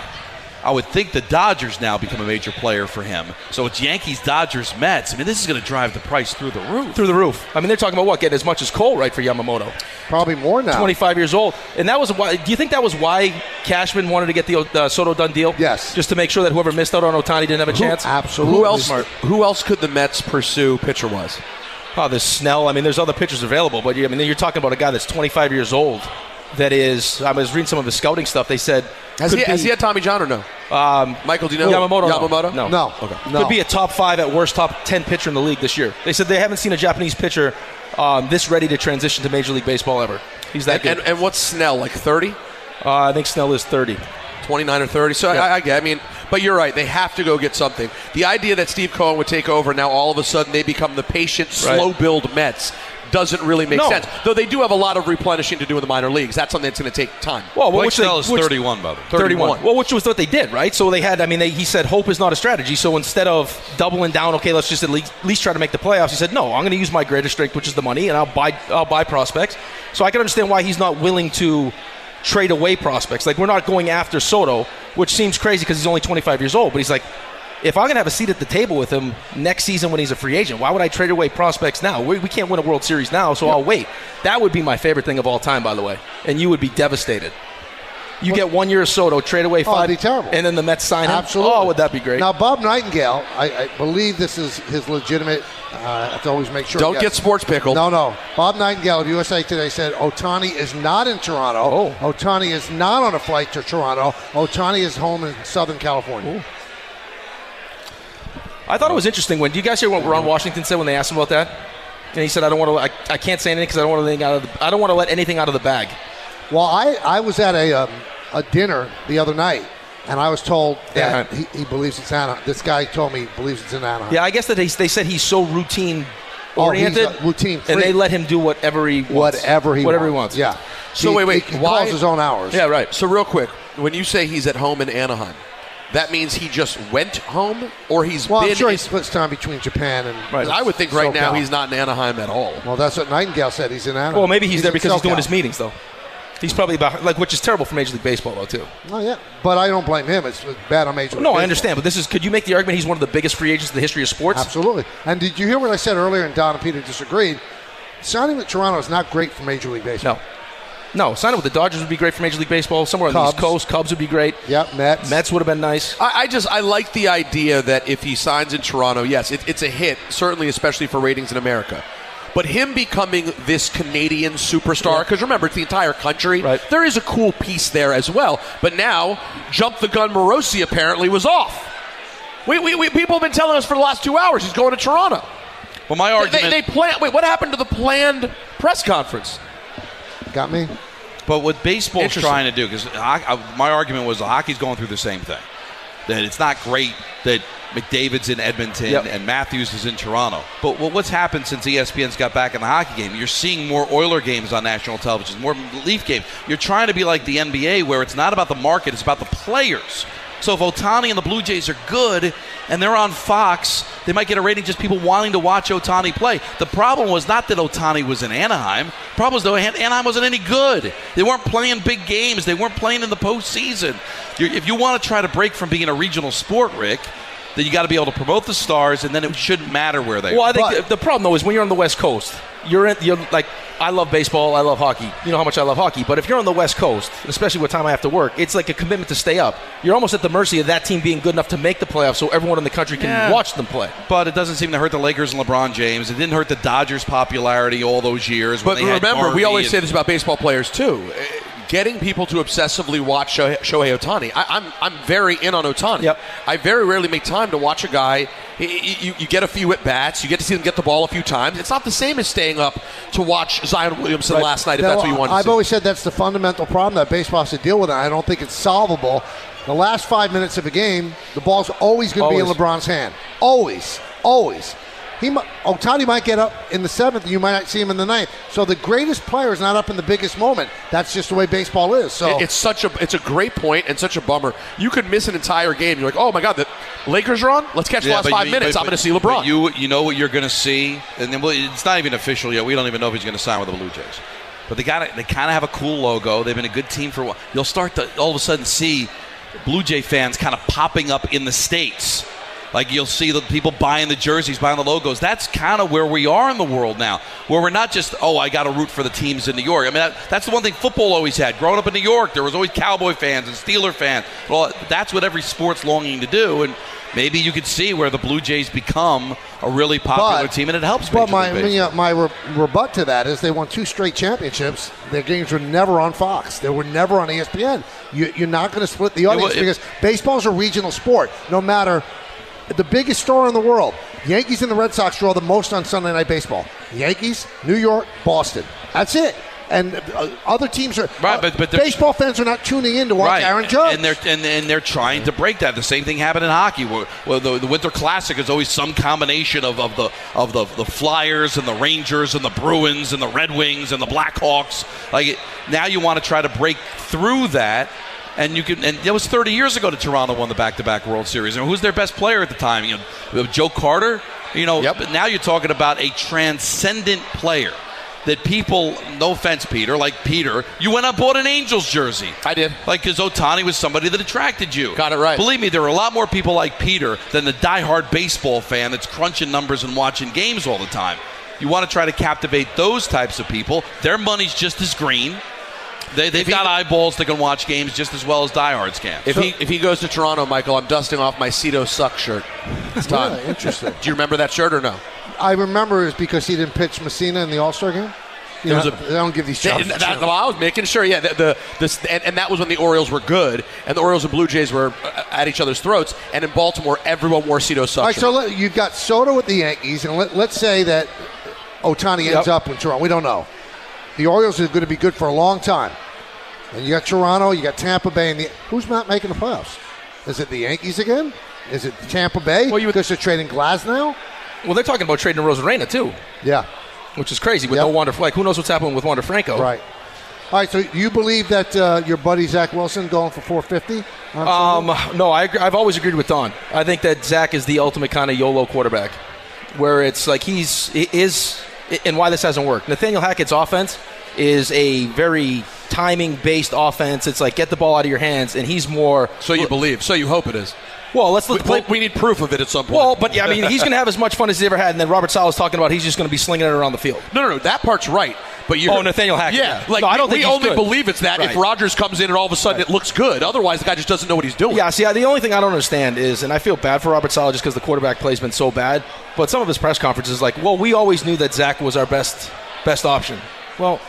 [SPEAKER 4] I would think the Dodgers now become a major player for him. So it's Yankees, Dodgers, Mets. I mean, this is going to drive the price through the roof.
[SPEAKER 6] through the roof. I mean, they're talking about what getting as much as Cole right for Yamamoto,
[SPEAKER 3] Probably more now.
[SPEAKER 6] 25 years old, and that was why. Do you think that was why Cashman wanted to get the uh, Soto done deal?
[SPEAKER 3] Yes.
[SPEAKER 6] just to make sure that whoever missed out on Otani didn't have a chance.
[SPEAKER 3] Absolutely.
[SPEAKER 7] Who else? Who else could the Mets pursue pitcher wise?
[SPEAKER 6] Oh, there's Snell. I mean, there's other pitchers available, but you, I mean, you're talking about a guy that's 25 years old. That is, I was reading some of his scouting stuff. They said
[SPEAKER 7] Has
[SPEAKER 6] could
[SPEAKER 7] he,
[SPEAKER 6] be-
[SPEAKER 7] has he had Tommy John or no? Um, Michael, do you know
[SPEAKER 6] Yamamoto. no.
[SPEAKER 7] Yamamoto.
[SPEAKER 6] No.
[SPEAKER 3] No.
[SPEAKER 6] Okay.
[SPEAKER 3] No.
[SPEAKER 6] Could be a top five at worst, top ten pitcher in the league this year. They said they haven't seen a Japanese pitcher um, this ready to transition to Major League Baseball ever. He's that
[SPEAKER 7] And,
[SPEAKER 6] good.
[SPEAKER 7] and, and what's Snell like? 30,
[SPEAKER 6] uh, I think Snell is 30.
[SPEAKER 7] 29 or thirty? So I, I get. I mean, but you're right. They have to go get something. The idea that Steve Cohen would take over and now all of a sudden they become the patient,
[SPEAKER 6] Right.
[SPEAKER 7] slow build Mets doesn't really make
[SPEAKER 6] No.
[SPEAKER 7] sense. Though they do have a lot of replenishing to do in the minor leagues. That's something that's going to take time.
[SPEAKER 6] Well,
[SPEAKER 4] Blake
[SPEAKER 6] which
[SPEAKER 4] Snell
[SPEAKER 6] they,
[SPEAKER 4] is
[SPEAKER 6] which-
[SPEAKER 4] 31, by the way.
[SPEAKER 6] 31. Well, which was what they did, right? So they had, I mean, they, he said hope is not a strategy. So instead of doubling down, okay, let's just at least, at least try to make the playoffs, he said, no, I'm going to use my greatest strength, which is the money, and I'll buy, I'll buy prospects. So I can understand why he's not willing to trade away prospects. Like, we're not going after Soto, which seems crazy because he's only 25 years old, but he's like, if I'm going to have a seat at the table with him next season when he's a free agent, why would I trade away prospects now? We, we can't win a World Series now, so I'll wait. That would be my favorite thing of all time, by the way. And you would be devastated. You get one year of Soto, trade away
[SPEAKER 3] Oh,
[SPEAKER 6] five.
[SPEAKER 3] that'd be terrible.
[SPEAKER 6] And then the Mets sign him.
[SPEAKER 3] Absolutely.
[SPEAKER 6] Oh, would that be great?
[SPEAKER 3] Now, Bob Nightingale, I, I believe this is his legitimate. Uh, I have to always make sure.
[SPEAKER 7] Don't
[SPEAKER 3] yeah.
[SPEAKER 7] get sports pickled.
[SPEAKER 3] No, no. Bob Nightingale of USA Today said Otani is not in Toronto.
[SPEAKER 6] Oh.
[SPEAKER 3] Otani is not on a flight to Toronto. Otani is home in Southern California.
[SPEAKER 6] I thought it was interesting when. Do you guys hear what Ron Washington said when they asked him about that? And he said, "I don't want to. I, I can't say anything because I don't want anything out of. The, I don't want to let anything out of the bag."
[SPEAKER 3] Well, I, I was at a, um, a dinner the other night, and I was told that
[SPEAKER 6] Yeah.
[SPEAKER 3] he, he believes it's Anaheim. This guy told me he believes it's in Anaheim.
[SPEAKER 6] Yeah, I guess that they, they said he's so routine
[SPEAKER 3] Oh, he's a
[SPEAKER 6] oriented,
[SPEAKER 3] routine
[SPEAKER 6] and they
[SPEAKER 3] freak.
[SPEAKER 6] let him do whatever he wants.
[SPEAKER 3] Whatever he
[SPEAKER 6] whatever
[SPEAKER 3] wants.
[SPEAKER 6] he wants.
[SPEAKER 3] Yeah.
[SPEAKER 7] So
[SPEAKER 3] He-
[SPEAKER 7] wait, wait,
[SPEAKER 3] He, he
[SPEAKER 7] why-
[SPEAKER 3] calls his own hours.
[SPEAKER 6] Yeah, right.
[SPEAKER 7] So real quick, when you say he's at home in Anaheim, that means he just went home, or he's
[SPEAKER 3] Well,
[SPEAKER 7] been.
[SPEAKER 3] I'm sure he
[SPEAKER 7] in-
[SPEAKER 3] splits time between Japan and.
[SPEAKER 7] I would think right now
[SPEAKER 3] SoCal.
[SPEAKER 7] he's not in Anaheim at all.
[SPEAKER 3] Well, that's what Nightingale said. He's in Anaheim.
[SPEAKER 6] Well, maybe he's, there
[SPEAKER 3] in
[SPEAKER 6] because he's doing
[SPEAKER 3] SoCal.
[SPEAKER 6] his meetings though. He's probably about like, which is terrible for Major League Baseball though too.
[SPEAKER 3] Oh yeah, but I don't blame him. It's bad on Major. League
[SPEAKER 6] No, I
[SPEAKER 3] Baseball.
[SPEAKER 6] understand, but this is. Could you make the argument he's one of the biggest free agents in the history of sports?
[SPEAKER 3] Absolutely. And did you hear what I said earlier? And Don and Peter disagreed. Signing with Toronto is not great for Major League Baseball.
[SPEAKER 6] No. No, sign up with the Dodgers would be great for Major League Baseball. Somewhere on the East
[SPEAKER 3] Cubs.
[SPEAKER 6] Coast, Cubs would be great.
[SPEAKER 3] Yep, Mets.
[SPEAKER 6] Mets would have been nice.
[SPEAKER 7] I, I just I like the idea that if he signs in Toronto, yes, it, it's a hit, certainly, especially for ratings in America. But him becoming this Canadian superstar, because remember, it's the entire country.
[SPEAKER 6] Right.
[SPEAKER 7] There is a cool piece there as well. But now, jump the gun, Morosi apparently was off. We, we, we, people have been telling us for the last two hours he's going to Toronto.
[SPEAKER 4] Well, my
[SPEAKER 7] They-
[SPEAKER 4] argument.
[SPEAKER 7] They, they plan. Wait, what happened to the planned press conference?
[SPEAKER 3] Got me.
[SPEAKER 4] But what baseball's
[SPEAKER 7] Interesting.
[SPEAKER 4] trying to do, because my argument was hockey's going through the same thing. that it's not great that McDavid's in Edmonton
[SPEAKER 6] Yep.
[SPEAKER 4] and Matthews is in Toronto. But well, what's happened since E ESPN's got back in the hockey game? You're seeing more Oiler games on national television, more Leaf games. You're trying to be like the NBA where it's not about the market, it's about the players. So if Otani and the Blue Jays are good and they're on Fox, they might get a rating just people wanting to watch Otani play. The problem was not that Otani was in Anaheim. The problem was though Han- Anaheim wasn't any good. They weren't playing big games. They weren't playing in the postseason. you if you want to try to break from being a regional sport, Rick, then you got to be able to promote the stars, and then it shouldn't matter where they
[SPEAKER 6] Well,
[SPEAKER 4] are.
[SPEAKER 6] I think
[SPEAKER 3] But-
[SPEAKER 6] the, the problem though is when you're on the West Coast, you're in, you're like I love baseball, I love hockey. You know how much I love hockey, but if you're on the West Coast, especially what time I have to work, it's like a commitment to stay up. You're almost at the mercy of that team being good enough to make the playoffs, so everyone in the country can
[SPEAKER 4] Yeah.
[SPEAKER 6] watch them play.
[SPEAKER 4] But it doesn't seem to hurt the Lakers and LeBron James. It didn't hurt the Dodgers' popularity all those years. when
[SPEAKER 7] But
[SPEAKER 4] they had
[SPEAKER 7] remember, we
[SPEAKER 4] Darby
[SPEAKER 7] always
[SPEAKER 4] and-
[SPEAKER 7] say this about baseball players too. Eh, Getting people to obsessively watch Shohei, Shohei Otani. I'm, I'm very in on Otani.
[SPEAKER 6] Yep.
[SPEAKER 7] I very rarely make time to watch a guy. Y- y- You, you get a few at bats, you get to see them get the ball a few times. It's not the same as staying up to watch Zion Williamson last night if
[SPEAKER 3] No,
[SPEAKER 7] that's what you want to
[SPEAKER 3] I've
[SPEAKER 7] see.
[SPEAKER 3] always said that's the fundamental problem that baseball has to deal with. and I don't think it's solvable. The last five minutes of a game, the ball's always going to be in
[SPEAKER 6] Always.
[SPEAKER 3] LeBron's hand. Always, always. He mi- Otani might get up in the seventh, and you might not see him in the ninth. So the greatest player is not up in the biggest moment. That's just the way baseball is. So
[SPEAKER 7] It- It's such a it's a great point and such a bummer. You could miss an entire game. You're like, oh my god, the Lakers are on. Let's catch the last
[SPEAKER 4] but
[SPEAKER 7] five
[SPEAKER 4] you-
[SPEAKER 7] minutes.
[SPEAKER 4] but-
[SPEAKER 7] I'm going to
[SPEAKER 4] but-
[SPEAKER 7] see LeBron.
[SPEAKER 4] but You you know what you're going to see, and then well, it's not even official yet. We don't even know if he's going to sign with the Blue Jays. But they got they kind of have a cool logo. They've been a good team for a while. You'll start to all of a sudden see Blue Jay fans kind of popping up in the states. Like you'll see the people buying the jerseys, buying the logos. That's kind of where we are in the world now, where we're not just oh I got to root for the teams in New York. I mean that, that's the one thing football always had. Growing up in New York, there was always Cowboy fans and Steeler fans. Well, that's what every sport's longing to do, and maybe you could see where the Blue Jays become a really popular team, and it helps.
[SPEAKER 3] But
[SPEAKER 4] Major
[SPEAKER 3] my
[SPEAKER 4] League Baseball.
[SPEAKER 3] you know, my re- rebut to that is they won two straight championships. Their games were never on Fox. They were never on E ESPN. You, you're not going to split the audience
[SPEAKER 4] well, it-
[SPEAKER 3] because baseball's a regional sport. No matter the biggest star in the world, Yankees and the Red Sox draw the most on Sunday Night Baseball. Yankees, New York, Boston. That's it. And uh, other teams are uh,
[SPEAKER 4] Right, but- but they're-
[SPEAKER 3] baseball fans are not tuning in to watch
[SPEAKER 4] right.
[SPEAKER 3] Aaron Judge.
[SPEAKER 4] And they're and, and they're trying to break that. The same thing happened in hockey. Where, well, the, the Winter Classic is always some combination of, of the of the, the Flyers and the Rangers and the Bruins and the Red Wings and the Blackhawks. Like it, now, you want to try to break through that. And you can, and that was 30 years ago. That Toronto won the back-to-back World Series. And who's their best player at the time? You know, Joe Carter. You know,
[SPEAKER 7] Yep.
[SPEAKER 4] but now you're talking about a transcendent player that people. No offense, Peter. Like Peter, you went out and bought an Angels jersey.
[SPEAKER 7] I did.
[SPEAKER 4] Like, because Otani was somebody that attracted you.
[SPEAKER 7] Got it right.
[SPEAKER 4] Believe me, there are a lot more people like Peter than the diehard baseball fan that's crunching numbers and watching games all the time. You want to try to captivate those types of people. Their money's just as green. They, they've
[SPEAKER 7] he-
[SPEAKER 4] got eyeballs that can watch games just as well as diehards can.
[SPEAKER 7] if he if he goes to Toronto, Michael, I'm dusting off my Cito suck shirt. It's time.
[SPEAKER 3] Really interesting.
[SPEAKER 7] Do you remember that shirt or no?
[SPEAKER 3] I remember is because he didn't pitch Messina in the All Star game. You
[SPEAKER 7] It was
[SPEAKER 3] know,
[SPEAKER 7] a-
[SPEAKER 3] they don't give these
[SPEAKER 7] That,
[SPEAKER 3] chances.
[SPEAKER 7] that, well, I was making sure, yeah. The, the this and, and that was when the Orioles were good, and the Orioles and Blue Jays were uh, at each other's throats. And in Baltimore, everyone wore Cito
[SPEAKER 3] All
[SPEAKER 7] suck.
[SPEAKER 3] right,
[SPEAKER 7] shirts.
[SPEAKER 3] so let, you've got Soto with the Yankees, and let, let's say that Otani ends
[SPEAKER 6] Yep.
[SPEAKER 3] up in Toronto. We don't know. The Orioles are going to be good for a long time. And you got Toronto, you got Tampa Bay, and the, who's not making the playoffs? Is it the Yankees again? Is it Tampa Bay?
[SPEAKER 6] Well, you would-
[SPEAKER 3] because they're trading Glasnow.
[SPEAKER 6] Well, they're talking about trading Rosarena too,
[SPEAKER 3] Yeah,
[SPEAKER 6] which is crazy. With
[SPEAKER 3] Yep.
[SPEAKER 6] no Wander, like who knows what's happening with Wander Franco?
[SPEAKER 3] right. All right, so you believe that uh, your buddy Zach Wilson going for 450? on
[SPEAKER 6] Um, no, I, agree- I've always agreed with Don. I think that Zach is the ultimate kind of YOLO quarterback, where it's like he's i- is and why this hasn't worked. Nathaniel Hackett's offense is a very timing based offense. It's like get the ball out of your hands, and he's more.
[SPEAKER 7] So you believe? So you hope it is.
[SPEAKER 6] Well, let's let's
[SPEAKER 7] We,
[SPEAKER 6] play.
[SPEAKER 7] we need proof of it at some point.
[SPEAKER 6] well, but yeah, I mean, he's going to have as much fun as he's ever had, and then Robert Sala's talking about he's just going to be slinging it around the field.
[SPEAKER 7] No, no, no. That part's right. But you
[SPEAKER 6] Oh, Nathaniel Hackett,
[SPEAKER 7] Yeah,
[SPEAKER 6] yeah.
[SPEAKER 7] like
[SPEAKER 6] No, I don't
[SPEAKER 7] we,
[SPEAKER 6] think
[SPEAKER 7] we
[SPEAKER 6] he's
[SPEAKER 7] only
[SPEAKER 6] good.
[SPEAKER 7] believe it's that if
[SPEAKER 6] Right.
[SPEAKER 7] Rogers comes in and all of a sudden it looks good. Otherwise, the guy just doesn't know what he's doing.
[SPEAKER 6] Yeah, see, I- the only thing I don't understand is, and I feel bad for Robert Sala just because the quarterback play's been so bad. But some of his press conferences, like, well, we always knew that Zach was our best best option. Well,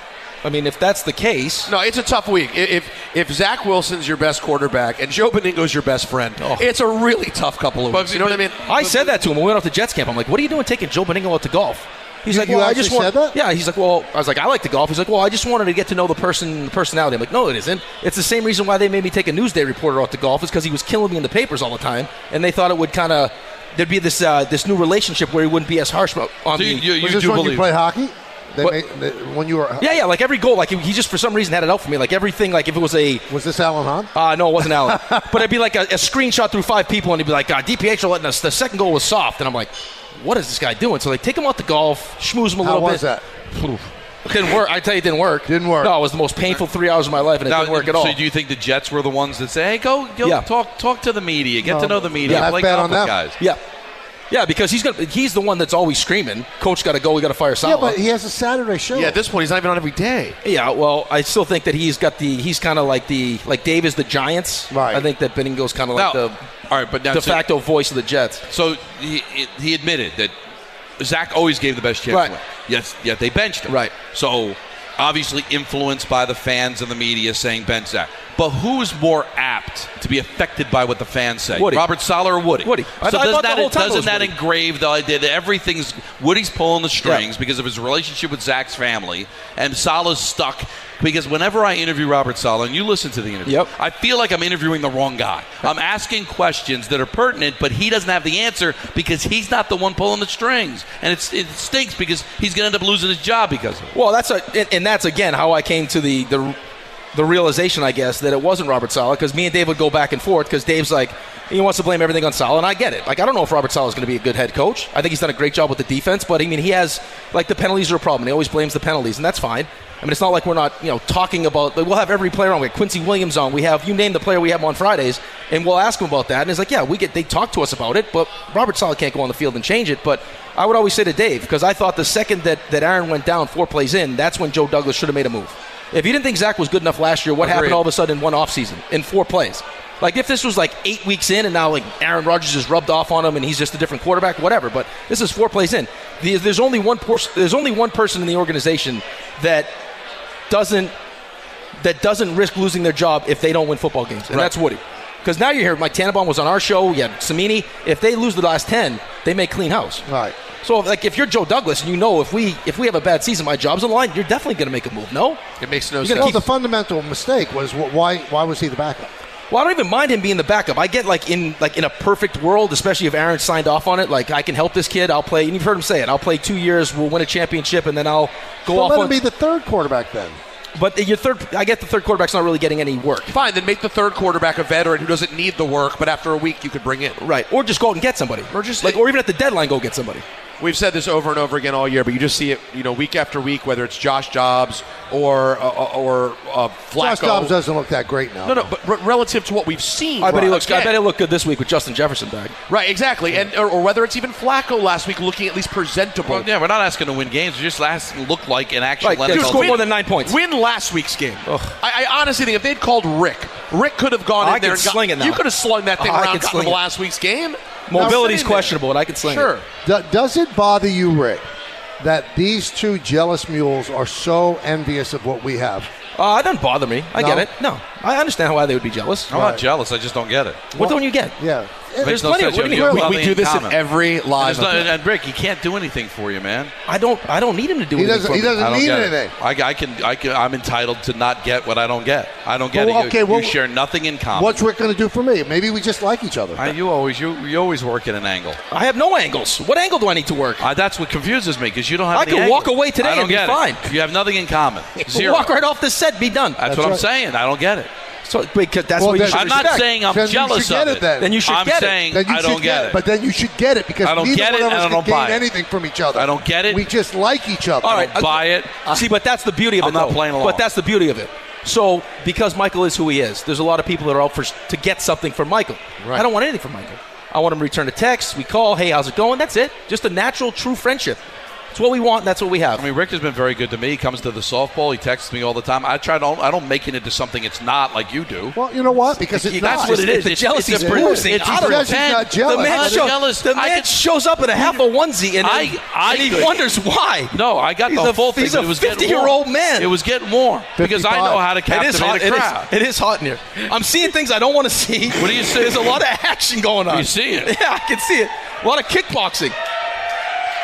[SPEAKER 6] I mean, if that's the case,
[SPEAKER 7] No, it's a tough week. I- If if Zach Wilson's your best quarterback and Joe Beningo's your best friend,
[SPEAKER 6] Oh.
[SPEAKER 7] it's a really tough couple of weeks. You know what I mean?
[SPEAKER 6] I said that to him when we went off to Jets camp. I'm like, what are you doing taking Joe Beningo out to golf? He's
[SPEAKER 3] You-
[SPEAKER 6] like,
[SPEAKER 3] you
[SPEAKER 6] well, I just
[SPEAKER 3] actually
[SPEAKER 6] want.
[SPEAKER 3] said that?
[SPEAKER 6] Yeah, he's like, well, I was like, I like to golf. He's like, well, I just wanted to get to know the person, the personality. I'm like, no, it isn't. It's the same reason why they made me take a Newsday reporter off to golf is because he was killing me in the papers all the time, and they thought it would kind of there'd be this uh, this new relationship where he wouldn't be as harsh about- on
[SPEAKER 4] So
[SPEAKER 6] me.
[SPEAKER 4] you,
[SPEAKER 3] Was
[SPEAKER 4] you, you
[SPEAKER 3] this
[SPEAKER 4] do
[SPEAKER 3] when you
[SPEAKER 4] believe.
[SPEAKER 3] played hockey? They
[SPEAKER 6] What-
[SPEAKER 3] made, they, when you were
[SPEAKER 6] yeah, yeah, like every goal, like he just for some reason had it out for me. Like everything, like if it was a
[SPEAKER 3] was this Alan Hahn?
[SPEAKER 6] Uh, no, it wasn't Allen. but it'd be like a, a screenshot through five people, and he'd be like, uh, DiPietro letting us, the second goal was soft. And I'm like, what is this guy doing? So, like, take him out to golf, schmooze him a
[SPEAKER 3] How
[SPEAKER 6] little
[SPEAKER 3] was
[SPEAKER 6] bit.
[SPEAKER 3] that?
[SPEAKER 6] It didn't work. I tell you, it didn't work.
[SPEAKER 3] Didn't work.
[SPEAKER 6] No, it was the most painful three hours of my life, and it
[SPEAKER 4] Now,
[SPEAKER 6] didn't work at all.
[SPEAKER 4] So do you think the Jets were the ones that say, "Hey, go, go
[SPEAKER 6] Yeah.
[SPEAKER 4] talk, talk to the media, get to know the media,
[SPEAKER 3] that's
[SPEAKER 4] play
[SPEAKER 3] bad
[SPEAKER 4] golf
[SPEAKER 3] on
[SPEAKER 4] with
[SPEAKER 3] them.
[SPEAKER 4] guys."
[SPEAKER 6] yeah. Yeah, because he's gonna, he's the one that's always screaming, coach got to go, we got to fire
[SPEAKER 3] Yeah,
[SPEAKER 6] Salah.
[SPEAKER 3] but he has a Saturday show.
[SPEAKER 7] Yeah, at this point, he's not even on every day.
[SPEAKER 6] Yeah, well, I still think that he's got the, he's kind of like the, like Dave is the Giants.
[SPEAKER 3] Right.
[SPEAKER 6] I think that Benningo's kind of
[SPEAKER 4] Now,
[SPEAKER 6] like the
[SPEAKER 4] all right, but now
[SPEAKER 6] de
[SPEAKER 4] so-
[SPEAKER 6] facto voice of the Jets.
[SPEAKER 4] So he, he admitted that Zach always gave the best chance.
[SPEAKER 6] Right.
[SPEAKER 4] to win. Yes. Yet they benched him.
[SPEAKER 6] Right.
[SPEAKER 4] So obviously influenced by the fans and the media saying bench Zach. But who's more apt to be affected by what the fans say?
[SPEAKER 6] Woody.
[SPEAKER 4] Robert Sala or Woody?
[SPEAKER 6] Woody. I- I
[SPEAKER 4] So
[SPEAKER 6] thought
[SPEAKER 4] doesn't
[SPEAKER 6] the
[SPEAKER 4] that,
[SPEAKER 6] whole time it
[SPEAKER 4] doesn't
[SPEAKER 6] was
[SPEAKER 4] that
[SPEAKER 6] Woody.
[SPEAKER 4] engrave the idea that everything's Woody's pulling the strings because of his relationship with Zach's family, and Sala's stuck because whenever I interview Robert Sala, and you listen to the interview,
[SPEAKER 6] Yep.
[SPEAKER 4] I feel like I'm interviewing the wrong guy. I'm asking questions that are pertinent, but he doesn't have the answer because he's not the one pulling the strings, and it's, it stinks because he's going to end up losing his job because of it.
[SPEAKER 6] Well, that's a, and- and that's again how I came to the the, the realization, I guess, that it wasn't Robert Sala because me and Dave would go back and forth because Dave's like he wants to blame everything on Sala, and I get it. Like I don't know if Robert Sala is going to be a good head coach. I think he's done a great job with the defense, but I mean he has like the penalties are a problem. He always blames the penalties, and that's fine. I mean, it's not like we're not, you know, talking about. Like, we'll have every player on. We have Quincy Williams on. We have you name the player we have on Fridays, and we'll ask him about that. And he's like, yeah, we get. They talk to us about it, but Robert Sala can't go on the field and change it. But I would always say to Dave because I thought the second that, that Aaron went down four plays in, that's when Joe Douglas should have made a move. If you didn't think Zach was good enough last year, what happened all of a sudden in one offseason in four plays? Like if this was like eight weeks in and now like Aaron Rodgers is rubbed off on him and he's just a different quarterback, whatever. But this is four plays in. The- There's only one person. There's only one person in the organization that doesn't that doesn't risk losing their job if they don't win football games, and that's Woody. Because now you're here. Mike Tannenbaum was on our show. You had Samini. If they lose the last ten, they make clean house.
[SPEAKER 3] Right.
[SPEAKER 6] So, like, if you're Joe Douglas and you know if we if we have a bad season, my job's on the line, you're definitely going to make a move. No,
[SPEAKER 7] It makes no
[SPEAKER 6] You're
[SPEAKER 7] sense.
[SPEAKER 6] gonna
[SPEAKER 3] Well,
[SPEAKER 6] keep-
[SPEAKER 3] the fundamental mistake was wh- why why was he the backup?
[SPEAKER 6] well, I don't even mind him being the backup. I get like in like in a perfect world, especially if Aaron signed off on it. Like, I can help this kid. I'll play. And you've heard him say it. I'll play two years. We'll win a championship, and then I'll go
[SPEAKER 3] Well,
[SPEAKER 6] off
[SPEAKER 3] let
[SPEAKER 6] on.
[SPEAKER 3] him be the third quarterback then.
[SPEAKER 6] but your third, I get the third quarterback's not really getting any work.
[SPEAKER 7] Fine, then make the third quarterback a veteran who doesn't need the work, but after a week you could bring in.
[SPEAKER 6] Right, or just go out and get somebody,
[SPEAKER 7] Or just-
[SPEAKER 6] like, or even at the deadline, go get somebody.
[SPEAKER 7] We've said this over and over again all year, but you just see it, you know, week after week, whether it's Josh Jobs or uh, or uh, Flacco.
[SPEAKER 3] Josh Dobbs doesn't look that great now.
[SPEAKER 7] No, no, but re- relative to what we've seen,
[SPEAKER 6] I bet he
[SPEAKER 7] Right.
[SPEAKER 6] looks. I
[SPEAKER 7] Again.
[SPEAKER 6] bet he looked good this week with Justin Jefferson back.
[SPEAKER 7] Right, exactly, and or, or whether it's even Flacco last week looking at least presentable.
[SPEAKER 4] Well, yeah, we're not asking to win games. We're just asking to look like an actual
[SPEAKER 6] Right, yeah,
[SPEAKER 4] NFL
[SPEAKER 6] score
[SPEAKER 4] team.
[SPEAKER 6] more than nine points.
[SPEAKER 7] Win last week's game. I, I honestly think if they'd called Rick, Rick could have gone
[SPEAKER 6] Oh, I
[SPEAKER 7] in there
[SPEAKER 6] could
[SPEAKER 7] and got-
[SPEAKER 6] sling it now.
[SPEAKER 7] You could have slung that thing
[SPEAKER 6] Oh, I
[SPEAKER 7] around,
[SPEAKER 6] could
[SPEAKER 7] gotten
[SPEAKER 6] sling
[SPEAKER 7] them
[SPEAKER 6] it.
[SPEAKER 7] last week's game.
[SPEAKER 6] Mobility's
[SPEAKER 7] Now, sitting
[SPEAKER 6] questionable, and I can
[SPEAKER 7] there.
[SPEAKER 6] sling
[SPEAKER 7] Sure.
[SPEAKER 6] it.
[SPEAKER 3] Do- does it bother you, Rick, that these two jealous mules are so envious of what we have?
[SPEAKER 6] Uh, it doesn't bother me. I
[SPEAKER 3] No?
[SPEAKER 6] get it. No, I understand why they would be jealous.
[SPEAKER 4] I'm not jealous. I just don't get it.
[SPEAKER 6] What don't you get?
[SPEAKER 3] Yeah,
[SPEAKER 6] There's
[SPEAKER 4] Makes no
[SPEAKER 6] plenty of-
[SPEAKER 4] sense.
[SPEAKER 6] what do
[SPEAKER 4] You
[SPEAKER 6] you
[SPEAKER 4] have
[SPEAKER 6] mean?
[SPEAKER 4] nothing
[SPEAKER 7] We do this
[SPEAKER 4] common.
[SPEAKER 7] in every
[SPEAKER 4] And,
[SPEAKER 7] live.
[SPEAKER 4] there's no- and Rick, he can't do anything for you, man.
[SPEAKER 6] I don't. I don't need him to do
[SPEAKER 3] he
[SPEAKER 6] anything
[SPEAKER 3] doesn't.
[SPEAKER 6] for
[SPEAKER 3] He
[SPEAKER 6] me.
[SPEAKER 3] doesn't
[SPEAKER 4] I don't
[SPEAKER 3] need
[SPEAKER 4] get it.
[SPEAKER 3] anything.
[SPEAKER 4] I, I can. I can. I'm entitled to not get what I don't get. I don't get
[SPEAKER 3] Well,
[SPEAKER 4] it. You-
[SPEAKER 3] okay,
[SPEAKER 4] you,
[SPEAKER 3] well-
[SPEAKER 4] share nothing in common.
[SPEAKER 3] What's Rick going to do for me? Maybe we just like each other.
[SPEAKER 4] I, you always you you always work at an angle.
[SPEAKER 6] I have no angles. What angle do I need to work?
[SPEAKER 4] Uh, that's what confuses me because you don't have.
[SPEAKER 6] I
[SPEAKER 4] any
[SPEAKER 6] could
[SPEAKER 4] angle.
[SPEAKER 6] walk away today
[SPEAKER 4] I don't
[SPEAKER 6] and be
[SPEAKER 4] get it.
[SPEAKER 6] fine.
[SPEAKER 4] You have nothing in common. Zero.
[SPEAKER 6] Walk right off the set. Be done.
[SPEAKER 4] That's,
[SPEAKER 3] That's
[SPEAKER 4] what I'm
[SPEAKER 3] right.
[SPEAKER 4] saying. I don't get it.
[SPEAKER 6] So because that's
[SPEAKER 3] Well,
[SPEAKER 6] what you
[SPEAKER 3] then-
[SPEAKER 6] should
[SPEAKER 4] I'm not
[SPEAKER 6] respect.
[SPEAKER 4] saying I'm
[SPEAKER 3] Then you
[SPEAKER 4] jealous
[SPEAKER 3] should
[SPEAKER 4] of
[SPEAKER 3] get it then.
[SPEAKER 6] Then you should
[SPEAKER 4] I'm
[SPEAKER 6] get it.
[SPEAKER 4] saying
[SPEAKER 3] Then you
[SPEAKER 4] I
[SPEAKER 3] should
[SPEAKER 4] don't get it.
[SPEAKER 3] But then you should get it because
[SPEAKER 4] I don't
[SPEAKER 3] neither
[SPEAKER 4] get
[SPEAKER 3] one of
[SPEAKER 4] it,
[SPEAKER 3] us
[SPEAKER 4] and I
[SPEAKER 3] can
[SPEAKER 4] don't buy
[SPEAKER 3] gain
[SPEAKER 4] it.
[SPEAKER 3] anything from each other.
[SPEAKER 4] I don't get it.
[SPEAKER 3] We just like each other.
[SPEAKER 6] All right,
[SPEAKER 4] don't buy it.
[SPEAKER 6] See, but that's the beauty of it.
[SPEAKER 4] I'm not
[SPEAKER 6] though.
[SPEAKER 4] playing along.
[SPEAKER 6] But that's the beauty of it. So because Michael is who he is, there's a lot of people that are out for to get something from Michael. I don't want anything from Michael. I want him to return a text. We call. Hey, how's it going? That's it. Just a natural, true friendship. It's what we want. and That's what we have.
[SPEAKER 4] I mean, Rick has been very good to me. He comes to the softball. He texts me all the time. I try to. I don't make it into something it's not like you do.
[SPEAKER 3] Well, you know what? Because it's
[SPEAKER 4] That's
[SPEAKER 3] not.
[SPEAKER 4] what it is.
[SPEAKER 6] The
[SPEAKER 4] It's-
[SPEAKER 6] jealousy
[SPEAKER 4] it's
[SPEAKER 6] is
[SPEAKER 4] a-
[SPEAKER 6] producing.
[SPEAKER 4] it's
[SPEAKER 6] out of
[SPEAKER 4] a
[SPEAKER 6] him.
[SPEAKER 3] because he's not
[SPEAKER 6] The
[SPEAKER 3] jealous.
[SPEAKER 6] man,
[SPEAKER 4] I'm
[SPEAKER 6] show-
[SPEAKER 4] jealous.
[SPEAKER 6] the
[SPEAKER 4] I
[SPEAKER 6] man
[SPEAKER 4] could-
[SPEAKER 6] shows up in a half a onesie and,
[SPEAKER 4] I-
[SPEAKER 6] then-
[SPEAKER 4] I
[SPEAKER 6] and he
[SPEAKER 4] could-
[SPEAKER 6] wonders why.
[SPEAKER 4] No, I got
[SPEAKER 6] He's
[SPEAKER 4] the
[SPEAKER 6] a-
[SPEAKER 4] full thing.
[SPEAKER 6] he's
[SPEAKER 4] but
[SPEAKER 6] a
[SPEAKER 4] it was getting
[SPEAKER 6] 50-year-old
[SPEAKER 4] warm.
[SPEAKER 6] man.
[SPEAKER 4] It was getting warm because I
[SPEAKER 3] 55.
[SPEAKER 4] know how to
[SPEAKER 6] It
[SPEAKER 4] captivate
[SPEAKER 6] is hot.
[SPEAKER 4] a
[SPEAKER 6] It
[SPEAKER 4] crowd.
[SPEAKER 6] is, it is hot in here. I'm seeing things I don't want to see.
[SPEAKER 4] What do you see?
[SPEAKER 6] There's a lot of action going on.
[SPEAKER 4] You see it?
[SPEAKER 6] Yeah, I can see it. A lot of kickboxing.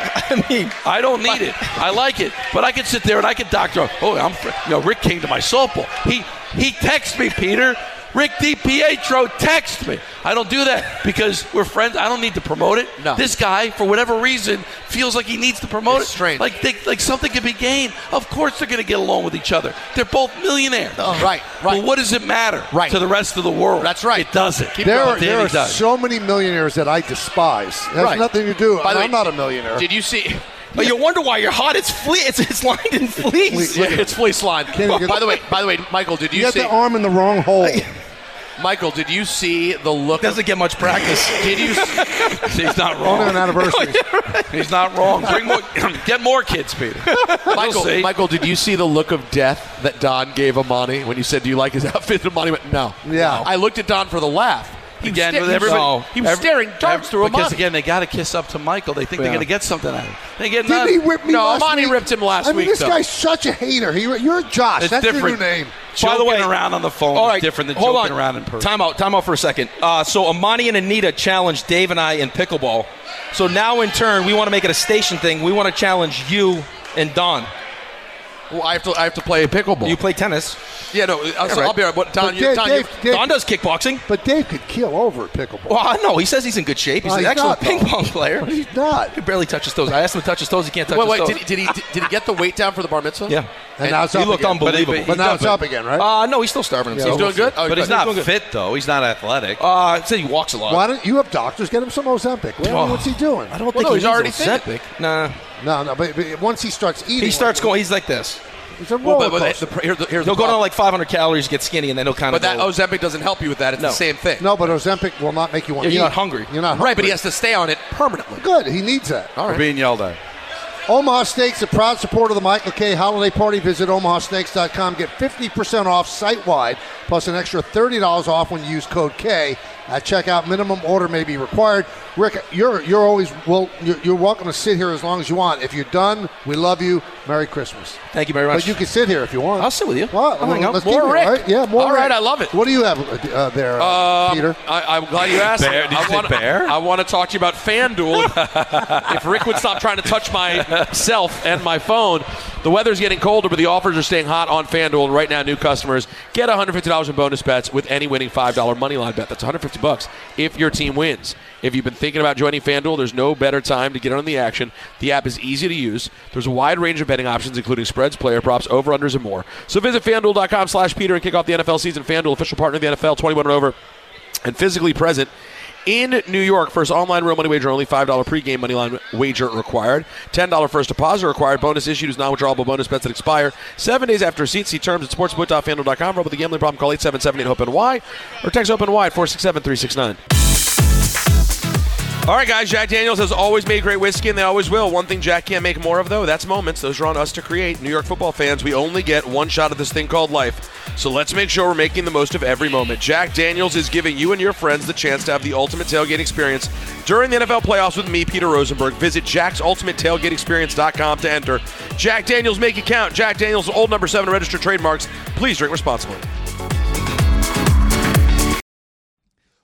[SPEAKER 6] I mean,
[SPEAKER 8] I don't need it. I like it, but I can sit there and I can doctor. up. Oh, I'm fr- you know Rick came to my softball. He he texted me, Peter. Rick DiPietro texted me. I don't do that because we're friends. I don't need to promote it.
[SPEAKER 4] No.
[SPEAKER 8] This guy, for whatever reason, feels like he needs to promote
[SPEAKER 4] It's
[SPEAKER 8] it.
[SPEAKER 4] strange.
[SPEAKER 8] Like they, like something could be gained. Of course they're going to get along with each other. They're both millionaires.
[SPEAKER 4] Oh, right, right.
[SPEAKER 8] But what does it matter
[SPEAKER 4] Right.
[SPEAKER 8] to the rest of the world?
[SPEAKER 4] That's right.
[SPEAKER 8] It doesn't.
[SPEAKER 4] Keep
[SPEAKER 3] There
[SPEAKER 4] going.
[SPEAKER 3] are, there
[SPEAKER 8] Danny
[SPEAKER 3] are
[SPEAKER 8] does.
[SPEAKER 3] so many millionaires that I despise. It has
[SPEAKER 4] Right.
[SPEAKER 3] nothing to do.
[SPEAKER 4] By
[SPEAKER 3] and
[SPEAKER 4] the way,
[SPEAKER 3] I'm not a millionaire.
[SPEAKER 4] Did you see?
[SPEAKER 6] but you wonder why you're hot. It's flea. It's, it's lined in fleas.
[SPEAKER 4] Yeah, it's fleece line. Oh,
[SPEAKER 3] Can't even-
[SPEAKER 4] By the way, by the way, Michael, did
[SPEAKER 3] You
[SPEAKER 4] you,
[SPEAKER 3] got
[SPEAKER 4] see?
[SPEAKER 3] the arm in the wrong hole.
[SPEAKER 4] Michael, did you see the look?
[SPEAKER 6] Doesn't get much practice.
[SPEAKER 4] did you? s-
[SPEAKER 8] See, he's not
[SPEAKER 3] on an
[SPEAKER 8] wrong.
[SPEAKER 3] anniversary.
[SPEAKER 8] He's not wrong. Bring more, get more kids, Peter.
[SPEAKER 4] Michael,
[SPEAKER 8] see.
[SPEAKER 4] Michael, did you see the look of death that Don gave Amani when you said, "Do you like his outfit?" And Amani went, "No."
[SPEAKER 3] Yeah.
[SPEAKER 4] I looked at Don for the laugh. He
[SPEAKER 8] again
[SPEAKER 4] was sta-
[SPEAKER 8] with
[SPEAKER 4] he was-
[SPEAKER 8] everybody.
[SPEAKER 4] he was staring darts through
[SPEAKER 8] Because
[SPEAKER 4] Amani.
[SPEAKER 8] again, they got to kiss up to Michael. They think they're
[SPEAKER 6] Yeah.
[SPEAKER 8] going to get something out of it. They get
[SPEAKER 3] Didn't
[SPEAKER 8] none.
[SPEAKER 3] he whip me
[SPEAKER 4] No,
[SPEAKER 3] last
[SPEAKER 4] Amani
[SPEAKER 3] week?
[SPEAKER 4] ripped him last
[SPEAKER 3] I mean,
[SPEAKER 4] week,
[SPEAKER 3] this
[SPEAKER 4] though.
[SPEAKER 3] guy's such a hater. He, you're Josh.
[SPEAKER 8] It's
[SPEAKER 3] That's
[SPEAKER 8] different.
[SPEAKER 3] your new name.
[SPEAKER 8] Joking around on the phone
[SPEAKER 6] all
[SPEAKER 8] is
[SPEAKER 6] right,
[SPEAKER 8] different than
[SPEAKER 6] hold
[SPEAKER 8] joking
[SPEAKER 6] on.
[SPEAKER 8] around in person.
[SPEAKER 6] Time out, time out for a second. Uh, so Amani and Anita challenged Dave and I in pickleball. So now in turn, we want to make it a station thing. We want to challenge you and Don.
[SPEAKER 4] Well, I have to. I have to play pickleball.
[SPEAKER 6] You play tennis.
[SPEAKER 4] yeah, no. I'll, so
[SPEAKER 6] right.
[SPEAKER 4] I'll be all right. But Don,
[SPEAKER 3] But
[SPEAKER 4] you,
[SPEAKER 3] Dave-
[SPEAKER 4] Don,
[SPEAKER 3] Dave-
[SPEAKER 4] you,
[SPEAKER 3] Dave-
[SPEAKER 6] Don does kickboxing.
[SPEAKER 3] But Dave could kill over at pickleball.
[SPEAKER 4] Oh,
[SPEAKER 6] Well, I know. He says he's in good shape. He's
[SPEAKER 3] No,
[SPEAKER 6] an
[SPEAKER 3] he's
[SPEAKER 6] excellent
[SPEAKER 3] not, though.
[SPEAKER 6] ping pong player.
[SPEAKER 3] But
[SPEAKER 6] He
[SPEAKER 3] he's not.
[SPEAKER 6] barely touches toes. I asked him to touch his toes. He can't touch
[SPEAKER 4] wait, wait.
[SPEAKER 6] his
[SPEAKER 4] Did,
[SPEAKER 6] toes.
[SPEAKER 4] did he? Did, did he get the weight down for the bar mitzvah?
[SPEAKER 6] yeah.
[SPEAKER 3] And now it's
[SPEAKER 6] he
[SPEAKER 3] up
[SPEAKER 6] looked
[SPEAKER 3] again.
[SPEAKER 6] unbelievable.
[SPEAKER 8] But he-
[SPEAKER 3] But now it's up again, right?
[SPEAKER 6] Uh, no, he's still starving
[SPEAKER 3] Yeah.
[SPEAKER 6] himself.
[SPEAKER 4] He's doing good. Oh,
[SPEAKER 8] but he's
[SPEAKER 4] good.
[SPEAKER 8] not
[SPEAKER 6] doing good.
[SPEAKER 8] fit though. He's not athletic.
[SPEAKER 6] Uh, he said he walks a lot.
[SPEAKER 3] Why don't you have doctors get him some Ozempic? Well,
[SPEAKER 6] Oh.
[SPEAKER 3] what's he doing?
[SPEAKER 6] I don't think
[SPEAKER 4] Well, no,
[SPEAKER 6] he needs
[SPEAKER 4] he's already
[SPEAKER 6] Ozempic. Nah.
[SPEAKER 3] No, no. But, but once he starts eating,
[SPEAKER 6] He starts going. He's like this.
[SPEAKER 3] It's a
[SPEAKER 4] Well,
[SPEAKER 3] roller
[SPEAKER 4] but, but
[SPEAKER 3] coaster.
[SPEAKER 4] the, the, here, the, here's
[SPEAKER 6] He'll
[SPEAKER 4] the
[SPEAKER 6] go down
[SPEAKER 4] problem.
[SPEAKER 6] to like 500 calories, get skinny, and then he'll kind of.
[SPEAKER 4] But that
[SPEAKER 6] go,
[SPEAKER 4] Ozempic doesn't help you with that. It's
[SPEAKER 6] No.
[SPEAKER 4] the same thing.
[SPEAKER 3] No, but Ozempic will not make you want.
[SPEAKER 6] Yeah,
[SPEAKER 3] to
[SPEAKER 6] you're
[SPEAKER 3] eat.
[SPEAKER 6] not hungry.
[SPEAKER 3] You're not hungry.
[SPEAKER 4] Right, but he has to stay on it permanently.
[SPEAKER 3] Good. He needs that.
[SPEAKER 4] All
[SPEAKER 8] We're
[SPEAKER 4] right.
[SPEAKER 8] being yelled at.
[SPEAKER 3] Omaha Steaks, a proud supporter of the Michael K. Holiday Party. Visit omahasteaks.com. Get 50% off site-wide, plus an extra $30 off when you use code K at checkout. Minimum order may be required. Rick, you're, you're always well. You're, you're welcome to sit here as long as you want. If you're done, we love you. Merry Christmas.
[SPEAKER 6] Thank you very much.
[SPEAKER 3] But you can sit here if you want.
[SPEAKER 6] I'll sit with you.
[SPEAKER 3] What?
[SPEAKER 6] I'll hang out.
[SPEAKER 3] Let's
[SPEAKER 6] More
[SPEAKER 3] keep it,
[SPEAKER 6] Rick.
[SPEAKER 3] all right? Yeah, more
[SPEAKER 4] All right,
[SPEAKER 3] Rick.
[SPEAKER 4] I love it.
[SPEAKER 3] What do you have uh, there, uh,
[SPEAKER 6] Um,
[SPEAKER 3] Peter?
[SPEAKER 4] I, I'm glad you asked.
[SPEAKER 8] Bear?
[SPEAKER 4] me.
[SPEAKER 8] Did you
[SPEAKER 4] I
[SPEAKER 8] say
[SPEAKER 4] wanna,
[SPEAKER 8] bear?
[SPEAKER 4] I want to talk to you about FanDuel. if Rick would stop trying to touch myself and my phone, the weather's getting colder, but the offers are staying hot on FanDuel. Right now, new customers get $150 in bonus bets with any winning $5 money line bet. That's 150 bucks if your team wins. If you've been thinking about joining FanDuel, there's no better time to get on the action. The app is easy to use. There's a wide range of betting options, including spreads, player props, over-unders, and more. So visit FanDuel.com slash Peter and kick off the NFL season. FanDuel, official partner of the NFL, 21 and over and physically present in New York. First online real money wager only $5 pregame money line wager required. $10 first deposit required. Bonus issued is non withdrawable bonus bets that expire seven days after receipt. See terms at sportsbook.fanduel.com. Rub with a gambling problem. Call 877 8 NY or text open wide 467 369. All right, guys. Jack Daniels has always made great whiskey, and they always will. One thing Jack can't make more of, though, that's moments. Those are on us to create. New York football fans, we only get one shot at this thing called life. So let's make sure we're making the most of every moment. Jack Daniels is giving you and your friends the chance to have the ultimate tailgate experience during the NFL playoffs with me, Peter Rosenberg. Visit jacksultimateTailgateExperience.com to enter. Jack Daniels, make it count. Jack Daniels, old number seven registered trademarks. Please drink responsibly.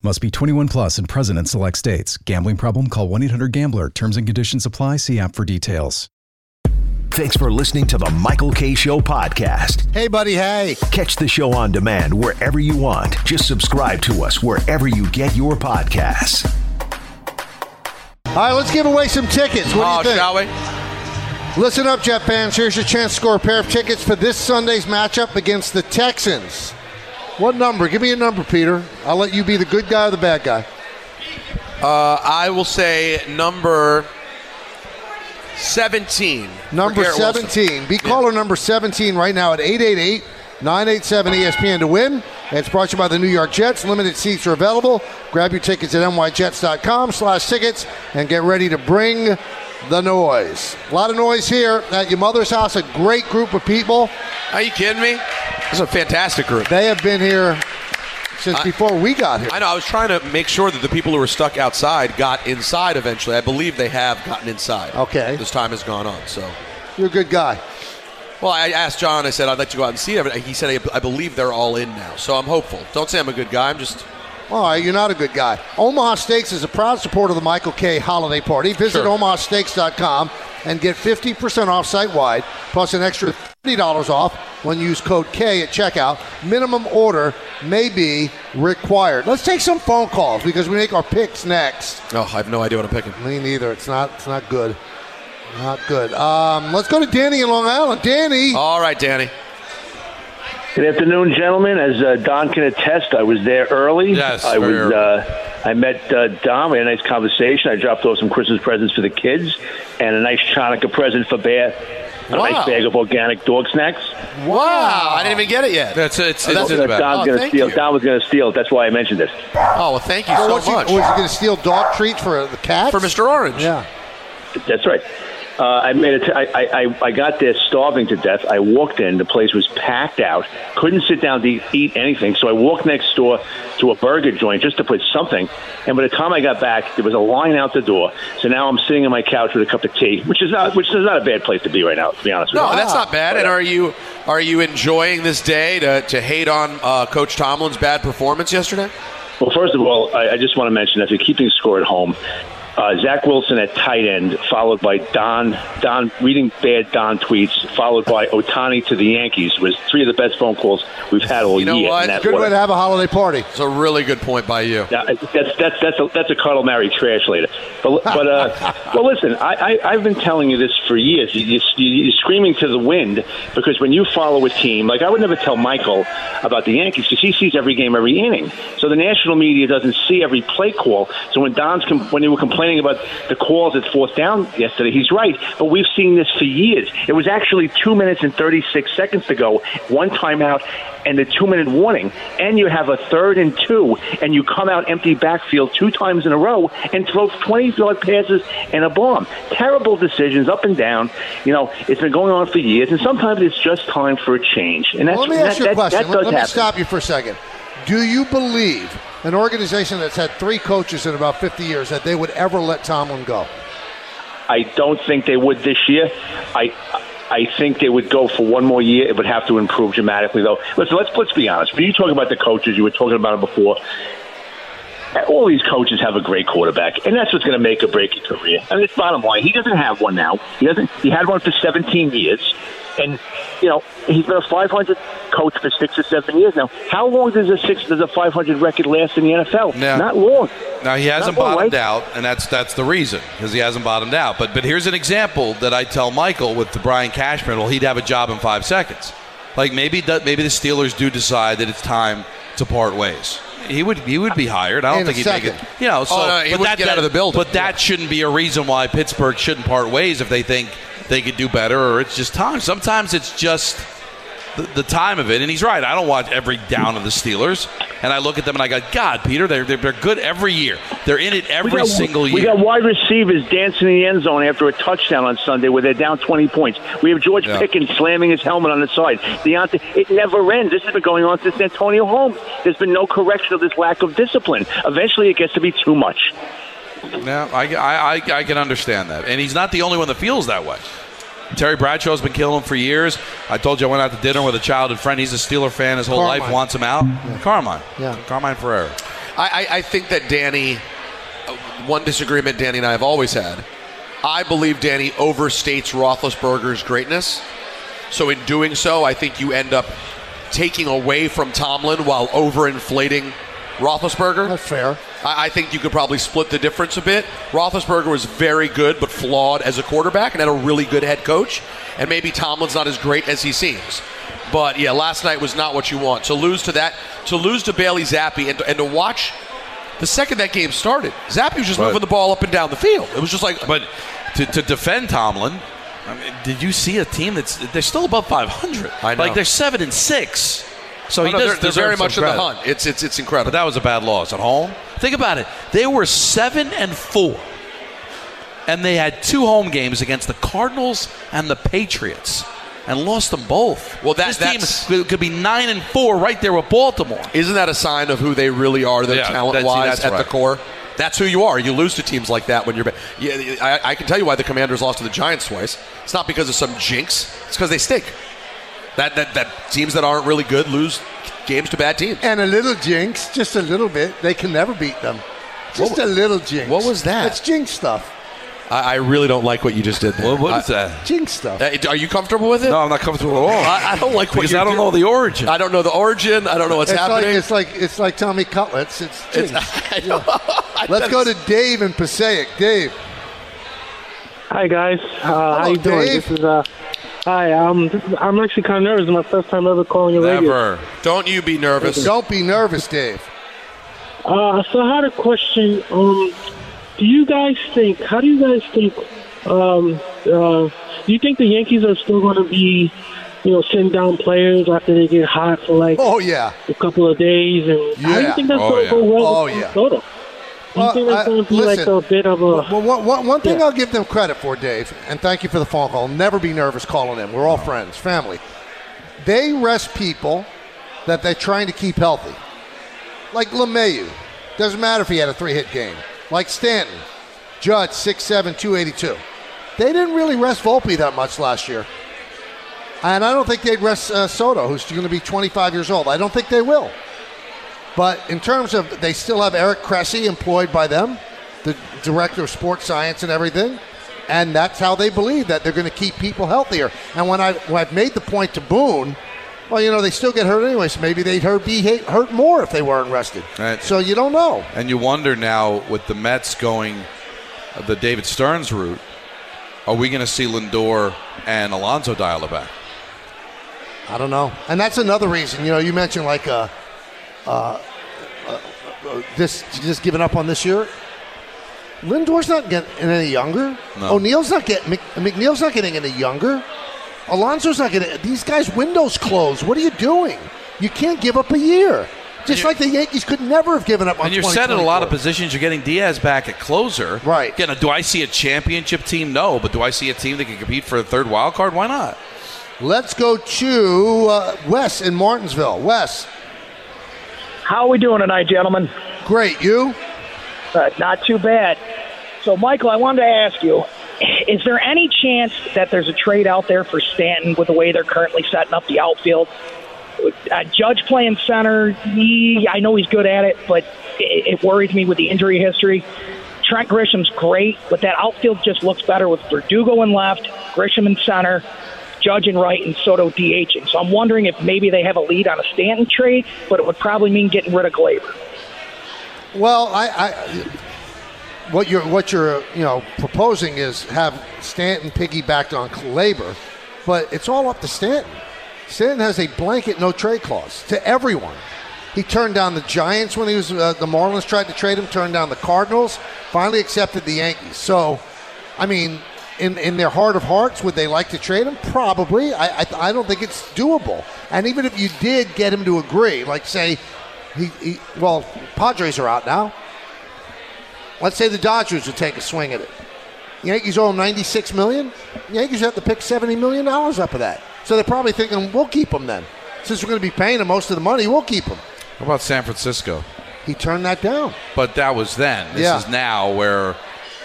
[SPEAKER 9] Must be 21 plus and present in select states. Gambling problem? Call 1 800 Gambler. Terms and conditions apply. See app for details.
[SPEAKER 1] Thanks for listening to the Michael K. Show podcast.
[SPEAKER 3] Hey, buddy, hey.
[SPEAKER 1] Catch the show on demand wherever you want. Just subscribe to us wherever you get your podcasts.
[SPEAKER 3] All right, let's give away some tickets. What
[SPEAKER 4] Oh,
[SPEAKER 3] do you think?
[SPEAKER 4] shall we?
[SPEAKER 3] Listen up, Jet fans. Here's your chance to score a pair of tickets for this Sunday's matchup against the Texans. What number? Give me a number, Peter. I'll let you be the good guy or the bad guy.
[SPEAKER 4] Uh, I will say number 17. for
[SPEAKER 3] Number
[SPEAKER 4] Garrett Wilson.
[SPEAKER 3] 17. Be caller number 17 right now at 888 987 ESPN to win. And it's brought to you by the New York Jets. Limited seats are available. Grab your tickets at nyjets.com slash tickets and get ready to bring the noise. A lot of noise here at your mother's house. A great group of people.
[SPEAKER 4] Are you kidding me? This is a fantastic group.
[SPEAKER 3] They have been here since before we got here.
[SPEAKER 4] I know. I was trying to make sure that the people who were stuck outside got inside eventually. I believe they have gotten inside.
[SPEAKER 3] Okay.
[SPEAKER 4] This time has gone on. So,
[SPEAKER 3] You're a good guy.
[SPEAKER 4] well, I asked John. I said I'd like to go out and see everything. He said I, I believe they're all in now. So I'm hopeful. Don't say I'm a good guy. I'm just
[SPEAKER 3] All right, you're not a good guy. Omaha Steaks is a proud supporter of the Michael K. Holiday Party. Visit
[SPEAKER 4] Sure.
[SPEAKER 3] omahasteaks.com and get 50% off site wide, plus an extra $30 off when you use code K at checkout. Minimum order may be required. Let's take some phone calls because we make our picks next.
[SPEAKER 4] oh, I have no idea what I'm picking.
[SPEAKER 3] Me neither. It's not. It's not good. Not good. Um, let's go to Danny in Long Island. Danny.
[SPEAKER 4] All right, Danny.
[SPEAKER 7] Good afternoon, gentlemen. As uh, Don can attest, I was there early.
[SPEAKER 6] Yes,
[SPEAKER 7] I
[SPEAKER 6] very
[SPEAKER 7] was. Uh, I met uh, Don. We had a nice conversation. I dropped off some Christmas presents for the kids and a nice Chanukah present for Bear. and A
[SPEAKER 4] Wow.
[SPEAKER 7] nice bag of organic dog snacks.
[SPEAKER 4] Wow, I didn't even get it yet.
[SPEAKER 6] That's it's, it's,
[SPEAKER 4] that's
[SPEAKER 6] in
[SPEAKER 4] a
[SPEAKER 6] the back.
[SPEAKER 4] Oh,
[SPEAKER 7] Don's going to
[SPEAKER 4] thank
[SPEAKER 7] steal.
[SPEAKER 4] you.
[SPEAKER 7] Don was going to steal. That's why I mentioned this.
[SPEAKER 4] Oh, well, thank you
[SPEAKER 3] Oh,
[SPEAKER 4] so
[SPEAKER 3] what you-
[SPEAKER 4] much
[SPEAKER 3] oh, was you going to steal dog treats for the cat?
[SPEAKER 4] for Mr. Orange.
[SPEAKER 3] Yeah.
[SPEAKER 7] That's right. Uh, I made it. I I- I- I got there starving to death. I walked in. The place was packed out. Couldn't sit down to eat anything. So I walked next door to a burger joint just to put something. And by the time I got back, there was a line out the door. So now I'm sitting on my couch with a cup of tea, which is not which is not a bad place to be right now. To be honest with
[SPEAKER 4] No,
[SPEAKER 7] you.
[SPEAKER 4] that's not bad. And are you are you enjoying this day to, to hate on uh, Coach Tomlin's bad performance yesterday?
[SPEAKER 7] Well, first of all, I, I just want to mention if you're keeping score at home, uh, Zach Wilson at tight end, followed by Don Don reading bad Don tweets, followed by Otani to the Yankees was three of the best phone calls we've had all
[SPEAKER 4] You know
[SPEAKER 7] year.
[SPEAKER 4] what?
[SPEAKER 7] in that
[SPEAKER 3] Good
[SPEAKER 7] order.
[SPEAKER 3] way to have a holiday party.
[SPEAKER 4] It's a really good point by you.
[SPEAKER 7] Now, that's that's that's a, that's a Carl Mary trash later. But but uh, well, listen, I, I I've been telling you this for years. You, you, you're screaming to the wind because when you follow a team, like I would never tell Michael about the Yankees because he sees every game, every inning. So the national media doesn't see every play call. So when Don's com- when they were complaining about the calls at fourth down yesterday, he's right. But we've seen this for years. It was actually two minutes and thirty six seconds to go, one timeout, and the two minute warning, and you have a third and two, and you come out empty backfield two times in a row and throw 20 yard passes and a bomb. Terrible decisions up and down. You know, it's been going on for years, and sometimes it's just time for a change. And that's
[SPEAKER 3] Well, let me ask you
[SPEAKER 7] that,
[SPEAKER 3] a
[SPEAKER 7] that-
[SPEAKER 3] question.
[SPEAKER 7] that
[SPEAKER 3] let
[SPEAKER 7] does
[SPEAKER 3] let me
[SPEAKER 7] happen.
[SPEAKER 3] stop you for a second. Do you believe an organization that's had three coaches in about 50 years that they would ever let Tomlin go?
[SPEAKER 7] I don't think they would this year. I I think they would go for one more year. It would have to improve dramatically, though. Listen, let's let's be honest. When you talking about the coaches, you were talking about it before. All these coaches have a great quarterback, and that's what's going to make or break your career. I mean, it's bottom line. He doesn't have one now. He doesn't. He had one for 17 years, and you know he's been a 500 coach for six or seven years now. How long does a six does a 500 record last in the NFL?
[SPEAKER 6] No.
[SPEAKER 7] Not long.
[SPEAKER 6] Now he hasn't
[SPEAKER 7] Not long,
[SPEAKER 6] bottomed
[SPEAKER 7] right?
[SPEAKER 6] out, and that's that's the reason because he hasn't bottomed out. But but here's an example that I tell Michael with the Brian Cashman. Well, he'd have a job in five seconds. Like maybe the, maybe the Steelers do decide that it's time to part ways. He would he would be hired. I don't
[SPEAKER 3] In a
[SPEAKER 6] think he'd make
[SPEAKER 3] second.
[SPEAKER 6] it. You know, so
[SPEAKER 4] Oh, no, he
[SPEAKER 6] but that,
[SPEAKER 4] wouldn't get
[SPEAKER 6] that-
[SPEAKER 4] out of the building.
[SPEAKER 6] But that shouldn't be a reason why Pittsburgh shouldn't part ways if they think they could do better or it's just time. Sometimes it's just the, the time of it. And he's right. I don't watch every down of the Steelers, and I look at them and I go, God, Peter, they're, they're, they're good every year. They're in it every single year.
[SPEAKER 10] We got wide receivers dancing in the end zone after a touchdown on Sunday where they're down 20 points. We have George
[SPEAKER 6] Yeah.
[SPEAKER 10] Pickens slamming his helmet on the side. Deontay, it never ends. This has been going on since Antonio Holmes. There's been no correction of this lack of discipline. Eventually, it gets to be too much.
[SPEAKER 6] No, I, I, I, I can understand that. And he's not the only one that feels that way. Terry Bradshaw's been killing him for years. I told you I went out to dinner with a childhood friend. He's a Steeler fan his whole
[SPEAKER 4] Carmine.
[SPEAKER 6] life, wants him out. Carmine.
[SPEAKER 3] Yeah.
[SPEAKER 6] Carmine Ferrer.
[SPEAKER 4] I, I, I think that Danny, uh, one disagreement Danny and I have always had, I believe Danny overstates Roethlisberger's greatness. So in doing so, I think you end up taking away from Tomlin while overinflating Roethlisberger.
[SPEAKER 3] That's fair.
[SPEAKER 4] I, I think you could probably split the difference a bit. Roethlisberger was very good but flawed as a quarterback and had a really good head coach. And maybe Tomlin's not as great as he seems. But yeah, last night was not what you want. To lose to that, to lose to Bailey Zappi and, and to watch the second that game started, Zappi was just
[SPEAKER 6] Right.
[SPEAKER 4] moving the ball up and down the field. It was just like,
[SPEAKER 6] But to, to defend Tomlin, I mean, did you see a team that's they're still above 500?
[SPEAKER 4] I know.
[SPEAKER 6] Like they're seven and six. So he
[SPEAKER 4] "Oh, no,
[SPEAKER 6] does
[SPEAKER 4] they're, they're
[SPEAKER 6] deserve
[SPEAKER 4] very
[SPEAKER 6] some
[SPEAKER 4] much in the
[SPEAKER 6] credit.
[SPEAKER 4] hunt. It's, it's, it's incredible.
[SPEAKER 6] But that was a bad loss at home. Think about it. They were seven and four, and they had two home games against the Cardinals and the Patriots, and lost them both.
[SPEAKER 4] Well, that-
[SPEAKER 6] this
[SPEAKER 4] that's-
[SPEAKER 6] team could- could be nine and four right there with Baltimore.
[SPEAKER 4] Isn't that a sign of who they really are, though,
[SPEAKER 6] Yeah, that's- see,
[SPEAKER 4] talent wise,
[SPEAKER 6] that's
[SPEAKER 4] at the
[SPEAKER 6] right.
[SPEAKER 4] core? That's who you are. You lose to teams like that when you're. ba- Yeah, I, I can tell you why the Commanders lost to the Giants twice. It's not because of some jinx. It's because they stink. That, that that teams that aren't really good lose games to bad teams.
[SPEAKER 3] And a little jinx, just a little bit. They can never beat them. Just
[SPEAKER 4] What wa-
[SPEAKER 3] a little jinx.
[SPEAKER 4] what was that?
[SPEAKER 3] It's jinx stuff.
[SPEAKER 4] I, I really don't like what you just did. There.
[SPEAKER 6] what is
[SPEAKER 4] I-
[SPEAKER 6] that?
[SPEAKER 3] Jinx stuff.
[SPEAKER 4] Uh, Are you comfortable with it? Oh,
[SPEAKER 6] No, I'm not comfortable at all.
[SPEAKER 4] I, I don't like what
[SPEAKER 6] because
[SPEAKER 4] you're
[SPEAKER 6] I don't
[SPEAKER 4] doing.
[SPEAKER 6] know the origin.
[SPEAKER 4] I don't know the origin. I don't know what's
[SPEAKER 3] it's like
[SPEAKER 4] happening.
[SPEAKER 3] it's like it's like Tommy Cutlets. It's jinx.
[SPEAKER 4] I don't- I-
[SPEAKER 3] Let's
[SPEAKER 4] that's-
[SPEAKER 3] go to Dave in Passaic. Dave,
[SPEAKER 7] Hi guys, uh, how you doing?
[SPEAKER 3] Dave.
[SPEAKER 7] This is uh, hi. Um, this is, I'm actually kind of nervous. It's my first time ever calling your radio.
[SPEAKER 6] Never.
[SPEAKER 4] Don't you be nervous.
[SPEAKER 3] don't be nervous, Dave.
[SPEAKER 7] Uh, so I had a question. Um, do you guys think? How do you guys think? Um, uh, do you think the Yankees are still going to be, you know, sitting down players after they get hot for like
[SPEAKER 3] Oh yeah.
[SPEAKER 7] a couple of days? And how do
[SPEAKER 3] Yeah.
[SPEAKER 7] you think that's
[SPEAKER 6] Oh,
[SPEAKER 7] going to
[SPEAKER 6] yeah.
[SPEAKER 7] go well
[SPEAKER 3] Oh,
[SPEAKER 7] with
[SPEAKER 3] yeah.
[SPEAKER 7] Minnesota? Do you
[SPEAKER 3] Well,
[SPEAKER 7] think that's
[SPEAKER 3] I-
[SPEAKER 7] going to be
[SPEAKER 3] listen.
[SPEAKER 7] like a bit of a?
[SPEAKER 3] Well, one, one, one thing
[SPEAKER 7] Yeah.
[SPEAKER 3] I'll give them credit for, Dave, and thank you for the phone call. Never be nervous calling them. We're all friends, family. They rest people that they're trying to keep healthy, like Lemayu. Doesn't matter if he had a three-hit game. Like Stanton, Judge, 6'7", 282. They didn't really rest Volpe that much last year, and I don't think they'd rest uh, Soto, who's going to be 25 years old. I don't think they will. But in terms of, they still have Eric Cressy employed by them, the director of sports science and everything, and that's how they believe that they're going to keep people healthier. And when I when I've made the point to Boone, well, you know they still get hurt anyway, so maybe they'd hurt be hit- hurt more if they weren't rested.
[SPEAKER 6] Right.
[SPEAKER 3] So you don't know.
[SPEAKER 6] And you wonder now with the Mets going the David Stearns route, are we going to see Lindor and Alonso dial it back?
[SPEAKER 3] I don't know. And that's another reason. You know, you mentioned like uh, uh, uh, uh, this just giving up on this year. Lindor's not getting any younger.
[SPEAKER 6] No.
[SPEAKER 3] O'Neill's not getting. Mc, McNeil's not getting any younger. Alonso's not getting. These guys' windows closed. What are you doing? You can't give up a year. Just like the Yankees could never have given up on.
[SPEAKER 6] And you're set in a lot
[SPEAKER 3] 2024.
[SPEAKER 6] of positions. You're getting Diaz back at closer.
[SPEAKER 3] Right.
[SPEAKER 6] Again, do I see a championship team? No. But do I see a team that can compete for a third wild card? Why not?
[SPEAKER 3] Let's go to uh, Wes in Martinsville. Wes,
[SPEAKER 7] How are we doing tonight, gentlemen?
[SPEAKER 3] great. You?
[SPEAKER 7] Uh, not too bad. So, Michael, I wanted to ask you is there any chance that there's a trade out there for Stanton with the way they're currently setting up the outfield? Uh, Judge playing center, he, I know he's good at it, but it, it worries me with the injury history. Trent Grisham's great, but that outfield just looks better with Verdugo in left, Grisham in center, Judge in right, and Soto DHing. So I'm wondering if maybe they have a lead on a Stanton trade, but it would probably mean getting rid of Glaber.
[SPEAKER 3] Well, I, I what you're what you're you know proposing is have Stanton piggybacked on Labor, but it's all up to Stanton. Stanton has a blanket no trade clause to everyone. He turned down the Giants when he was uh, the Marlins tried to trade him. Turned down the Cardinals. Finally accepted the Yankees. So, I mean, in in their heart of hearts, would they like to trade him? Probably. I I, I don't think it's doable. And even if you did get him to agree, like say He, he, well, Padres are out now. Let's say the Dodgers would take a swing at it. Yankees owe him 96 million. Yankees have to pick 70 million dollars up of that. So they're probably thinking we'll keep him then, since we're going to be paying him most of the money. We'll keep him.
[SPEAKER 6] How about San Francisco?
[SPEAKER 3] He turned that down.
[SPEAKER 6] But that was then. This
[SPEAKER 3] Yeah.
[SPEAKER 6] is now where,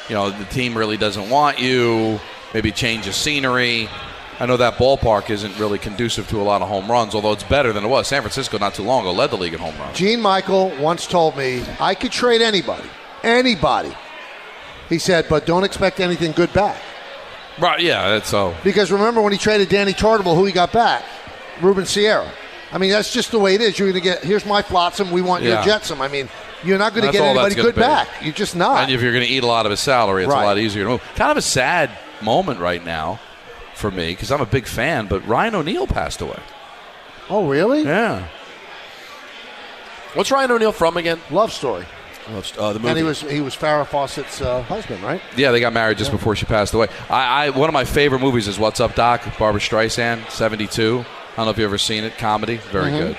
[SPEAKER 6] you know, the team really doesn't want you. Maybe change of scenery. I know that ballpark isn't really conducive to a lot of home runs, although it's better than it was. San Francisco not too long ago led the league in home runs.
[SPEAKER 3] Gene Michael once told me I could trade anybody, anybody. He said, but don't expect anything good back.
[SPEAKER 6] Right? Yeah. That's so.
[SPEAKER 3] Because remember when he traded Danny Tartable, who he got back? Ruben Sierra. I mean, that's just the way it is. You're going to get, here's my flotsam, we want
[SPEAKER 6] Yeah.
[SPEAKER 3] your jetsam. I mean, you're not going to
[SPEAKER 6] That's
[SPEAKER 3] get
[SPEAKER 6] all that's
[SPEAKER 3] anybody
[SPEAKER 6] gonna
[SPEAKER 3] good
[SPEAKER 6] be.
[SPEAKER 3] back. You're just not.
[SPEAKER 6] And if you're going to eat a lot of his salary, it's
[SPEAKER 3] Right.
[SPEAKER 6] a lot easier to move. Kind of a sad moment right now for me because I'm a big fan, but Ryan O'Neal passed away.
[SPEAKER 3] Oh, really?
[SPEAKER 6] Yeah.
[SPEAKER 7] What's Ryan O'Neal from again?
[SPEAKER 3] Love story.
[SPEAKER 6] Uh,
[SPEAKER 7] the movie.
[SPEAKER 3] and he was he was Farrah Fawcett's uh, husband, right?
[SPEAKER 6] Yeah, they got married just before she passed away. I, I one of my favorite movies is What's Up, Doc? Barbara Streisand, seventy two. I don't know if you have ever seen it. Comedy, very
[SPEAKER 3] Mhm.
[SPEAKER 6] good.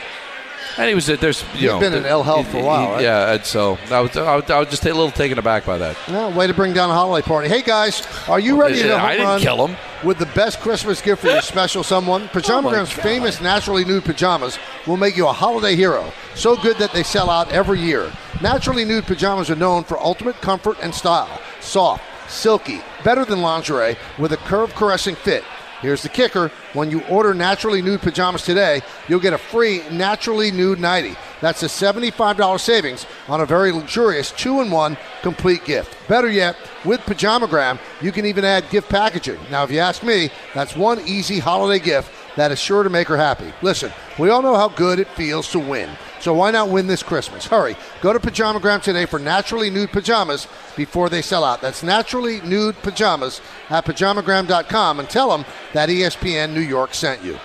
[SPEAKER 6] And he was uh, there's you
[SPEAKER 3] He's
[SPEAKER 6] know
[SPEAKER 3] been in
[SPEAKER 6] the-
[SPEAKER 3] ill health for a while, right?
[SPEAKER 6] Yeah, and so I was, I was, I was just a little taken aback by that.
[SPEAKER 3] No, way to bring down a holiday party. Hey guys, are you ready to
[SPEAKER 6] I
[SPEAKER 3] home
[SPEAKER 6] didn't
[SPEAKER 3] run
[SPEAKER 6] kill 'em.
[SPEAKER 3] with the best Christmas gift for your special someone? Pajama
[SPEAKER 6] Oh, my
[SPEAKER 3] Ground's
[SPEAKER 6] God.
[SPEAKER 3] famous naturally nude pajamas will make you a holiday hero. So good that they sell out every year. Naturally nude pajamas are known for ultimate comfort and style. Soft, silky, better than lingerie, with a curve caressing fit. Here's the kicker. When you order Naturally Nude pajamas today, you'll get a free Naturally Nude 90. That's a $75 savings on a very luxurious two in one complete gift. Better yet, with Pajamagram, you can even add gift packaging. Now, if you ask me, that's one easy holiday gift that is sure to make her happy. Listen, we all know how good it feels to win. So why not win this Christmas? Hurry, go to Pajamagram today for naturally nude pajamas before they sell out. That's naturally nude pajamas at pajamagram.com and tell them that E ESPN New York sent you.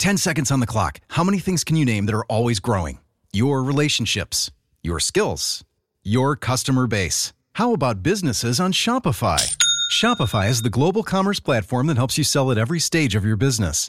[SPEAKER 4] 10 seconds on the clock. How many things can you name that are always growing? Your relationships, your skills, your customer base. How about businesses on Shopify? Shopify is the global commerce platform that helps you sell at every stage of your business.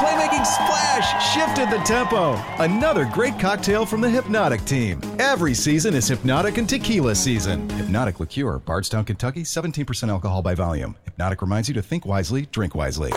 [SPEAKER 4] playmaking splash shifted the tempo. Another great cocktail from the Hypnotic team. Every season is Hypnotic and Tequila season. Hypnotic Liqueur, Bardstown, Kentucky, 17% alcohol by volume. Hypnotic reminds you to think wisely, drink wisely.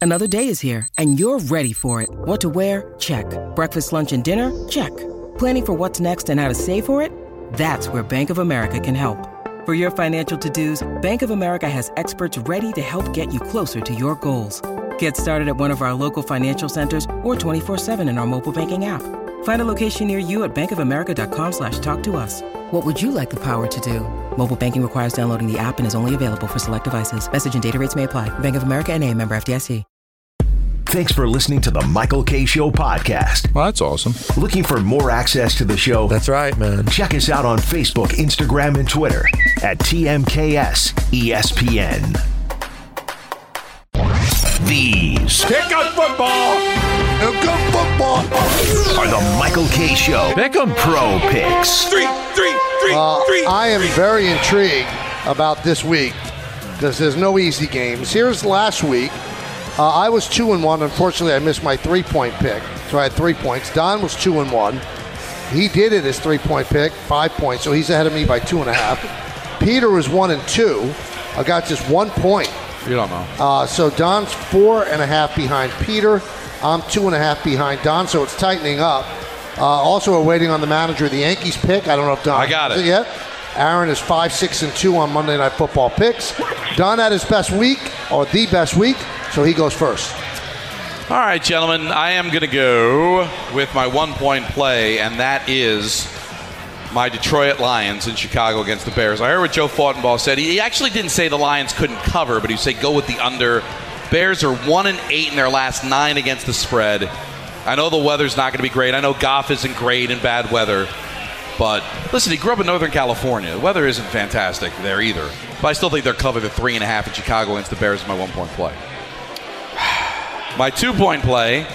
[SPEAKER 11] Another day is here, and you're ready for it. What to wear? Check. Breakfast, lunch, and dinner? Check. Planning for what's next and how to save for it? That's where Bank of America can help. For your financial to-dos, Bank of America has experts ready to help get you closer to your goals. Get started at one of our local financial centers or 24-7 in our mobile banking app. Find a location near you at bankofamerica.com slash talk to us. What would you like the power to do? Mobile banking requires downloading the app and is only available for select devices. Message and data rates may apply. Bank of America and a member FDIC.
[SPEAKER 1] Thanks for listening to the Michael K. Show podcast. Well, that's awesome. Looking for more access to the show? That's right, man. Check us out on Facebook, Instagram, and Twitter at TMKS ESPN. These
[SPEAKER 12] Pick up football. Pick up football.
[SPEAKER 1] are the Michael K. Show Pick'em Pro Picks.
[SPEAKER 12] Three, three, three,
[SPEAKER 3] Uh,
[SPEAKER 12] three.
[SPEAKER 3] I am very intrigued about this week because there's no easy games. Here's last week. Uh, I was two and one. Unfortunately, I missed my three point pick, so I had three points. Don was two and one. He did it his three point pick, five points, so he's ahead of me by two and a half. Peter was one and two. I got just one point.
[SPEAKER 6] You don't know.
[SPEAKER 3] Uh, so Don's four and a half behind Peter. I'm two and a half behind Don, so it's tightening up. Uh, also, we're waiting on the manager of the Yankees pick. I don't know if Don
[SPEAKER 6] I got
[SPEAKER 3] has
[SPEAKER 6] it.
[SPEAKER 3] yet. Aaron is five, six, and two on Monday Night Football picks. Don had his best week or the best week, so he goes first.
[SPEAKER 6] All right, gentlemen, I am going to go with my one point play, and that is my Detroit Lions in Chicago against the Bears. I heard what Joe Fortenball said. He he actually didn't say the Lions couldn't cover, but he said go with the under. Bears are one and eight in their last nine against the spread. I know the weather's not going to be great. I know Goff isn't great in bad weather. But listen, he grew up in Northern California. The weather isn't fantastic there either. But I still think they're covered at three and a half in Chicago against the Bears. is My one point play. My two point play.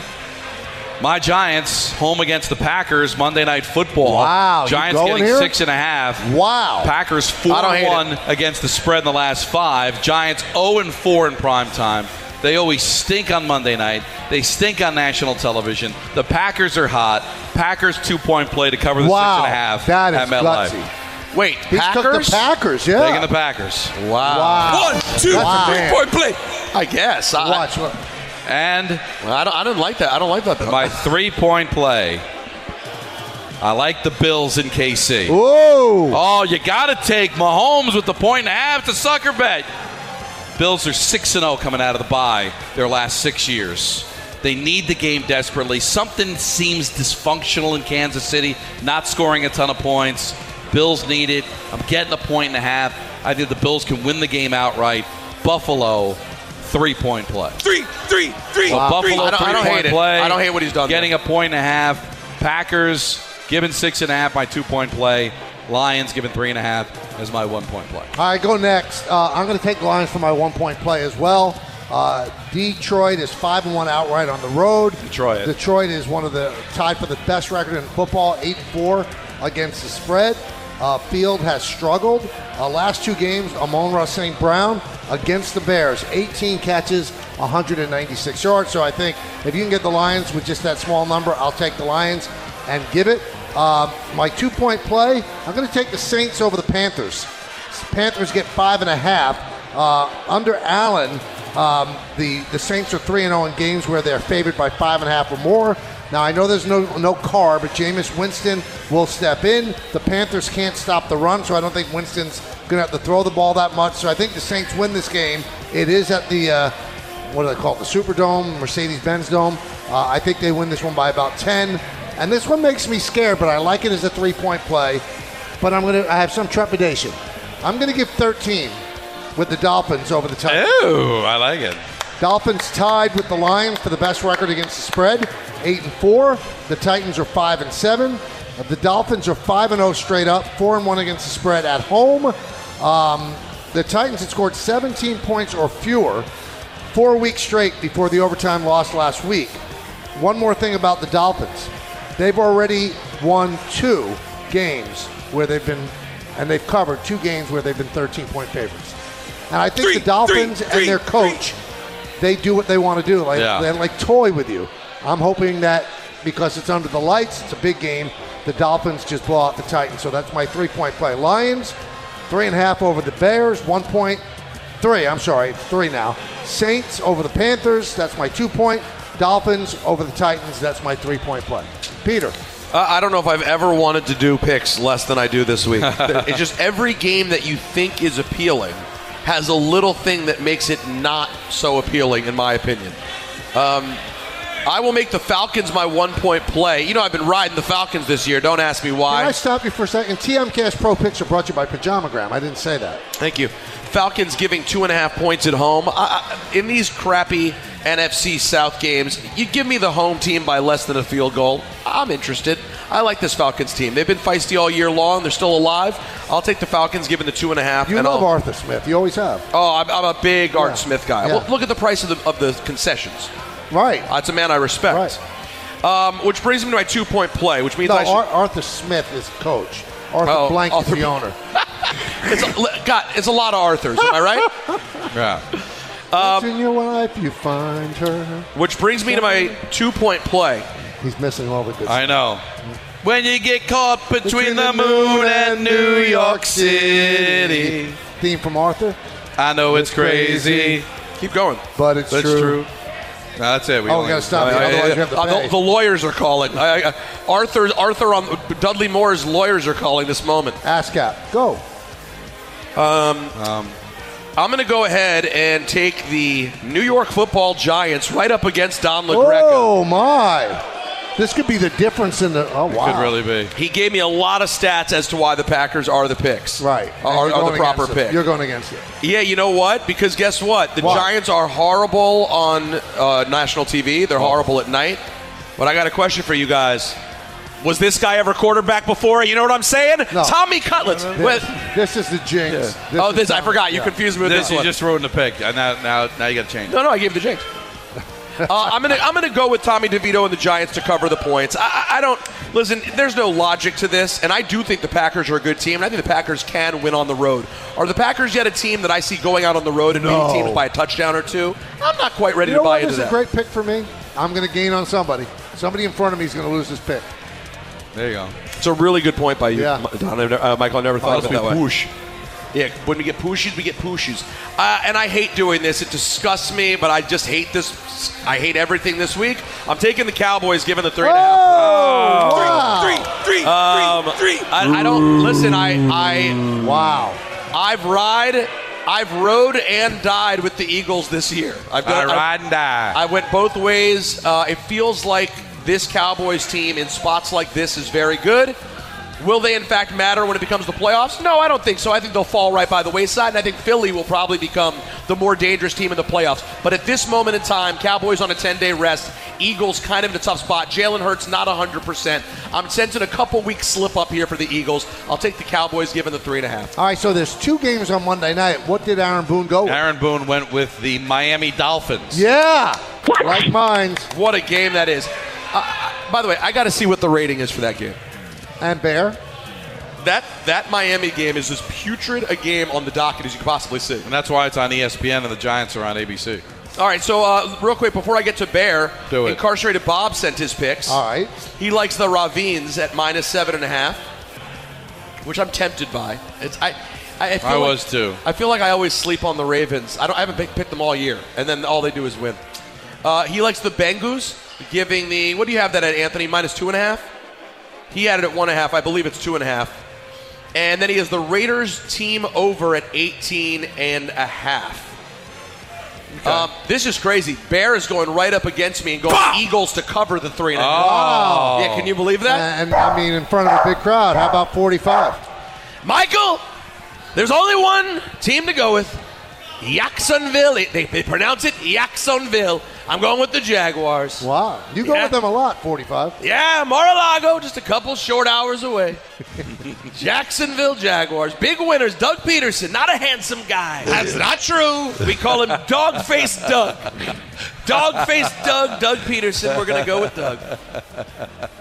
[SPEAKER 6] My Giants home against the Packers Monday Night Football.
[SPEAKER 3] Wow, you
[SPEAKER 6] Giants
[SPEAKER 3] going
[SPEAKER 6] getting
[SPEAKER 3] here?
[SPEAKER 6] six and a half.
[SPEAKER 3] Wow.
[SPEAKER 6] Packers four
[SPEAKER 3] I don't hate
[SPEAKER 6] one against the spread in the last five. Giants zero and four in prime time. They always stink on Monday night. They stink on national television. The Packers are hot. Packers two point play to cover the
[SPEAKER 3] Wow,
[SPEAKER 6] six and a half
[SPEAKER 3] that
[SPEAKER 6] at
[SPEAKER 3] is
[SPEAKER 6] MetLife.
[SPEAKER 3] gutsy.
[SPEAKER 6] Wait,
[SPEAKER 3] He's took the Packers, yeah.
[SPEAKER 6] Taking the Packers.
[SPEAKER 3] Wow. One, two, Wow. three-point
[SPEAKER 6] play.
[SPEAKER 4] I guess. I,
[SPEAKER 3] Watch.
[SPEAKER 6] And
[SPEAKER 4] I don't. I don't like that. I don't like that.
[SPEAKER 6] My three point play. I like the Bills in KC.
[SPEAKER 3] Whoa.
[SPEAKER 6] Oh, you got to take Mahomes with the point and a half to sucker bet. Bills are 6 0 coming out of the bye their last six years. They need the game desperately. Something seems dysfunctional in Kansas City, not scoring a ton of points. Bills need it. I'm getting a point and a half. I think the Bills can win the game outright. Buffalo, three point play.
[SPEAKER 13] Three, three, three,
[SPEAKER 6] Well,
[SPEAKER 13] three.
[SPEAKER 6] Buffalo,
[SPEAKER 13] I don't,
[SPEAKER 6] three
[SPEAKER 13] I don't
[SPEAKER 6] point
[SPEAKER 13] hate it.
[SPEAKER 6] play.
[SPEAKER 13] I don't hate what he's done.
[SPEAKER 6] Getting a point and a half. Packers given six and a half, my two point play. Lions given three and a half as my one point play.
[SPEAKER 3] All right, go next. Uh, I'm going to take the Lions for my one point play as well. Uh, Detroit is five and one outright on the road.
[SPEAKER 6] Detroit.
[SPEAKER 3] Detroit is one of the tied for the best record in football, eight and four against the spread. Uh, Field has struggled. Uh, last two games, Amon Ross St. Brown against the Bears, 18 catches, 196 yards. So I think if you can get the Lions with just that small number, I'll take the Lions and give it. Uh, my two point play, I'm going to take the Saints over the Panthers. Panthers get five and a half. Uh, under Allen, um, the the Saints are three and zero in games where they're favored by five and a half or more. Now I know there's no no car, but Jameis Winston will step in. The Panthers can't stop the run, so I don't think Winston's going to have to throw the ball that much. So I think the Saints win this game. It is at the uh, what do they call it? The Superdome, Mercedes-Benz Dome. Uh, I think they win this one by about 10. And this one makes me scared, but I like it as a three-point play. But I'm gonna, I have some trepidation. I'm gonna give 13 with the Dolphins over the Titans.
[SPEAKER 6] Ooh, I like it.
[SPEAKER 3] Dolphins tied with the Lions for the best record against the spread, eight and four. The Titans are five and seven. The Dolphins are five and zero straight up, four and one against the spread at home. Um, the Titans had scored 17 points or fewer four weeks straight before the overtime loss last week. One more thing about the Dolphins: they've already won two games where they've been, and they've covered two games where they've been 13 point favorites. And I think the Dolphins and their coach, they do what they want to do. Like
[SPEAKER 6] Yeah.
[SPEAKER 3] they like toy with you. I'm hoping that because it's under the lights, it's a big game. The Dolphins just blow out the Titans. So that's my three point play. Lions, three and a half over the Bears, one point three. I'm sorry, three now. Saints over the Panthers. That's my two point. Dolphins over the Titans. That's my three point play. Peter.
[SPEAKER 4] Uh, I don't know if I've ever wanted to do picks less than I do this week. it's just every game that you think is appealing has a little thing that makes it not so appealing, in my opinion. Um, I will make the Falcons my one point play. You know, I've been riding the Falcons this year. Don't ask me why.
[SPEAKER 3] Can I stop you for a second? TMCast Pro Picture brought to you by Pajamagram. I didn't say that.
[SPEAKER 4] Thank you. Falcons giving two and a half points at home. I, I, in these crappy NFC South games, you give me the home team by less than a field goal. I'm interested. I like this Falcons team. They've been feisty all year long. They're still alive. I'll take the Falcons giving the two and a half.
[SPEAKER 3] You
[SPEAKER 4] and
[SPEAKER 3] love
[SPEAKER 4] I'll-
[SPEAKER 3] Arthur Smith. You always have.
[SPEAKER 4] Oh, I'm, I'm a big Art
[SPEAKER 3] Yeah.
[SPEAKER 4] Smith guy.
[SPEAKER 3] Yeah.
[SPEAKER 4] Look, look at the price of the, of the concessions.
[SPEAKER 3] Right.
[SPEAKER 4] That's a man I respect. Um, which brings me to my two point play, which means
[SPEAKER 3] No,
[SPEAKER 4] I should.
[SPEAKER 3] Ar- Arthur Smith is coach. Arthur
[SPEAKER 4] Oh,
[SPEAKER 3] Blank
[SPEAKER 4] Arthur-
[SPEAKER 3] is the owner.
[SPEAKER 4] it's a, God, it's a lot of Arthurs. Am I right?
[SPEAKER 6] yeah. Um,
[SPEAKER 3] Once in your life, you find her.
[SPEAKER 4] Which brings me to my two point play.
[SPEAKER 3] He's missing all the good
[SPEAKER 6] I know. When you get caught between, the moon and New York City.
[SPEAKER 3] Theme from Arthur.
[SPEAKER 6] I know it's crazy.
[SPEAKER 4] Keep going.
[SPEAKER 3] But it's
[SPEAKER 6] That's
[SPEAKER 3] true.
[SPEAKER 6] true. No, that's it. We
[SPEAKER 3] Oh,
[SPEAKER 6] only-
[SPEAKER 3] we gotta stop it. Otherwise you have to
[SPEAKER 4] Uh, the-
[SPEAKER 3] pay.
[SPEAKER 4] the, lawyers are calling. I, I, Arthur, Arthur on Dudley Moore's lawyers are calling this moment.
[SPEAKER 3] ASCAP, go.
[SPEAKER 4] Um,
[SPEAKER 6] Um,
[SPEAKER 4] I'm going to go ahead and take the New York Football Giants right up against Don LaGreca.
[SPEAKER 3] Oh my! This could be the difference in the. Oh wow!
[SPEAKER 6] be.
[SPEAKER 4] He gave me a lot of stats as to why the Packers are the picks. Right.
[SPEAKER 3] And
[SPEAKER 4] Are,
[SPEAKER 3] you're
[SPEAKER 4] are
[SPEAKER 3] going
[SPEAKER 4] the proper
[SPEAKER 3] against it.
[SPEAKER 4] pick.
[SPEAKER 3] You're going against it.
[SPEAKER 4] Yeah, you know what? Because guess what? The
[SPEAKER 3] What?
[SPEAKER 4] Giants are horrible on uh, national TV. They're horrible at night. But I got a question for you guys. Was this guy ever quarterback before? You know what I'm saying? Tommy Cutlets.
[SPEAKER 3] This, this is the jinx.
[SPEAKER 4] oh,
[SPEAKER 3] is
[SPEAKER 4] this I
[SPEAKER 3] Tom-
[SPEAKER 4] forgot. You
[SPEAKER 3] yeah.
[SPEAKER 4] confused me with this,
[SPEAKER 6] you
[SPEAKER 4] one.
[SPEAKER 6] just ruined the pick. Uh, Now, now, now you got to change. it.
[SPEAKER 4] No, no, I gave the jinx. uh, I'm gonna I'm gonna go with Tommy DeVito and the Giants to cover the points. I, I- I don't listen. There's no logic to this, and I do think the Packers are a good team, and I think the Packers can win on the road. Are the Packers yet a team that I see going out on the road and
[SPEAKER 3] No.
[SPEAKER 4] beating teams by a touchdown or two? I'm not quite ready
[SPEAKER 3] you know
[SPEAKER 4] to buy
[SPEAKER 3] what
[SPEAKER 4] into
[SPEAKER 3] is
[SPEAKER 4] that.
[SPEAKER 3] a great pick for me? I'm going to gain on somebody. Somebody in front of me is going to lose this pick.
[SPEAKER 6] There you go.
[SPEAKER 4] It's a really good point by you,
[SPEAKER 3] Yeah.
[SPEAKER 4] Don, I've ne- uh, Michael. I never thought of
[SPEAKER 6] Unless
[SPEAKER 4] it that
[SPEAKER 6] we
[SPEAKER 4] way.
[SPEAKER 6] push.
[SPEAKER 4] Yeah, when we get pushes, we get pushes. Uh, and I hate doing this. It disgusts me, but I just hate this. I hate everything this week. I'm taking the Cowboys, given the three and a half.
[SPEAKER 7] wow.
[SPEAKER 4] Three, three, three, three, three. um, I, I don't listen. I, I wow. I've ride, I've rode and died with the Eagles this year. I've
[SPEAKER 6] I ride and uh, die.
[SPEAKER 4] I went both ways. Uh, it feels like this Cowboys team in spots like this is very good. Will they, in fact, matter when it becomes the playoffs? No, I don't think so. I think they'll fall right by the wayside, and I think Philly will probably become the more dangerous team in the playoffs. But at this moment in time, Cowboys on a 10 day rest, Eagles kind of in a tough spot. Jalen Hurts not 100%. I'm sensing a couple weeks slip up here for the Eagles. I'll take the Cowboys given the three and a half.
[SPEAKER 3] All right, so there's two games on Monday night. What did Aaron Boone go with?
[SPEAKER 6] Aaron Boone went with the Miami Dolphins.
[SPEAKER 3] Yeah, like mines.
[SPEAKER 4] What a game that is. Uh, uh, by the way, I got to see what the rating is for that game.
[SPEAKER 3] And Bear.
[SPEAKER 4] That that Miami game is as putrid a game on the docket as you could possibly see.
[SPEAKER 6] And that's why it's on E ESPN and the Giants are on ABC.
[SPEAKER 4] All right, so uh, real quick before I get to Bear,
[SPEAKER 6] Do it.
[SPEAKER 4] incarcerated Bob sent his picks. All
[SPEAKER 3] right,
[SPEAKER 4] he likes the Ravines at minus seven and a half, which I'm tempted by. It's I. I, I, feel
[SPEAKER 6] I
[SPEAKER 4] like-
[SPEAKER 6] was too.
[SPEAKER 4] I feel like I always sleep on the Ravens. I don't. I haven't pick, picked them all year, and then all they do is win. Uh, he likes the Bengals, giving the what do you have that at Anthony minus two and a half? He had it at one and a half. I believe it's two and a half. And then he has the Raiders team over at 18 and a half. Um, this is crazy. Bear is going right up against me and going Eagles to cover the three and a half.
[SPEAKER 3] Wow.
[SPEAKER 4] Yeah, can you believe that?
[SPEAKER 3] And I mean, in front of a big crowd. How about 45?
[SPEAKER 4] Michael, there's only one team to go with. Jacksonville. It- They, they pronounce it Jacksonville. I'm going with the Jaguars.
[SPEAKER 3] Wow. You go
[SPEAKER 4] Yeah.
[SPEAKER 3] with them a lot, 45.
[SPEAKER 4] Yeah, Mar-a-Lago, just a couple short hours away. Jacksonville Jaguars, big winners. Doug Peterson, not a handsome guy. That's not true. We call him Dogface Doug. Dogface Doug, Doug Peterson. We're gonna go with Doug.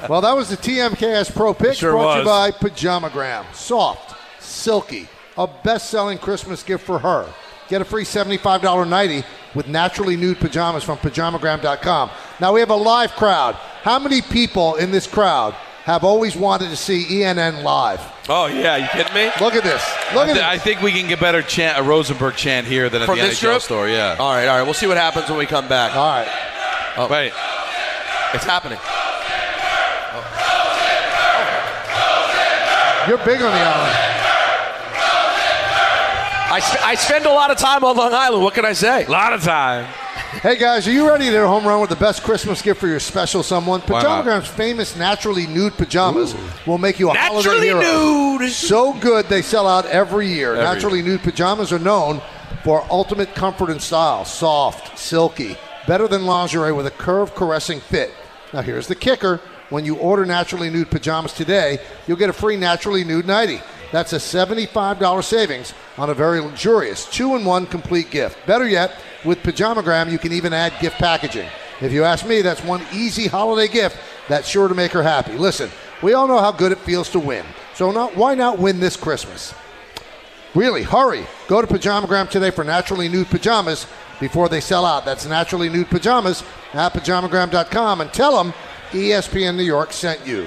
[SPEAKER 3] Well, that was the TMKS Pro Pick
[SPEAKER 4] Sure
[SPEAKER 3] brought to you
[SPEAKER 4] was.
[SPEAKER 3] by Pajamagram. Soft, silky, a best-selling Christmas gift for her. Get a free $75 nighty with naturally nude pajamas from pajamagram.com. Now we have a live crowd. How many people in this crowd have always wanted to see ENN live?
[SPEAKER 4] Oh yeah, you kidding me?
[SPEAKER 3] Look at this. Look
[SPEAKER 6] I,
[SPEAKER 3] at
[SPEAKER 6] thi-
[SPEAKER 3] this.
[SPEAKER 6] I think we can get better chant, a Rosenberg chant here than at
[SPEAKER 4] From
[SPEAKER 6] the
[SPEAKER 4] this
[SPEAKER 6] NHL
[SPEAKER 4] group?
[SPEAKER 6] store. Yeah.
[SPEAKER 4] All right, all right. We'll see what happens when we come back.
[SPEAKER 3] All right.
[SPEAKER 4] Oh.
[SPEAKER 6] Wait.
[SPEAKER 4] It's happening.
[SPEAKER 3] You're big on the island.
[SPEAKER 4] I, sp- I spend a lot of time on Long Island. What can I say? A
[SPEAKER 6] lot of time.
[SPEAKER 3] Hey guys, are you ready to hit a home run with the best Christmas gift for your special someone?
[SPEAKER 6] Why not?
[SPEAKER 3] Pajamagram's famous naturally nude pajamas will make you a
[SPEAKER 4] Naturally
[SPEAKER 3] holiday hero. nude. So good they sell out every year.
[SPEAKER 6] Every
[SPEAKER 3] naturally nude pajamas are known for ultimate comfort and style, soft, silky, better than lingerie with a curve caressing fit. Now here's the kicker. When you order naturally nude pajamas today, you'll get a free naturally nude nightie. That's a $75 savings on a very luxurious two-in-one complete gift. Better yet, with Pajamagram, you can even add gift packaging. If you ask me, that's one easy holiday gift that's sure to make her happy. Listen, we all know how good it feels to win. So not, why not win this Christmas? Really, hurry. Go to Pajamagram today for naturally nude pajamas before they sell out. That's naturally nude pajamas at pajamagram.com and tell E them ESPN New York sent you.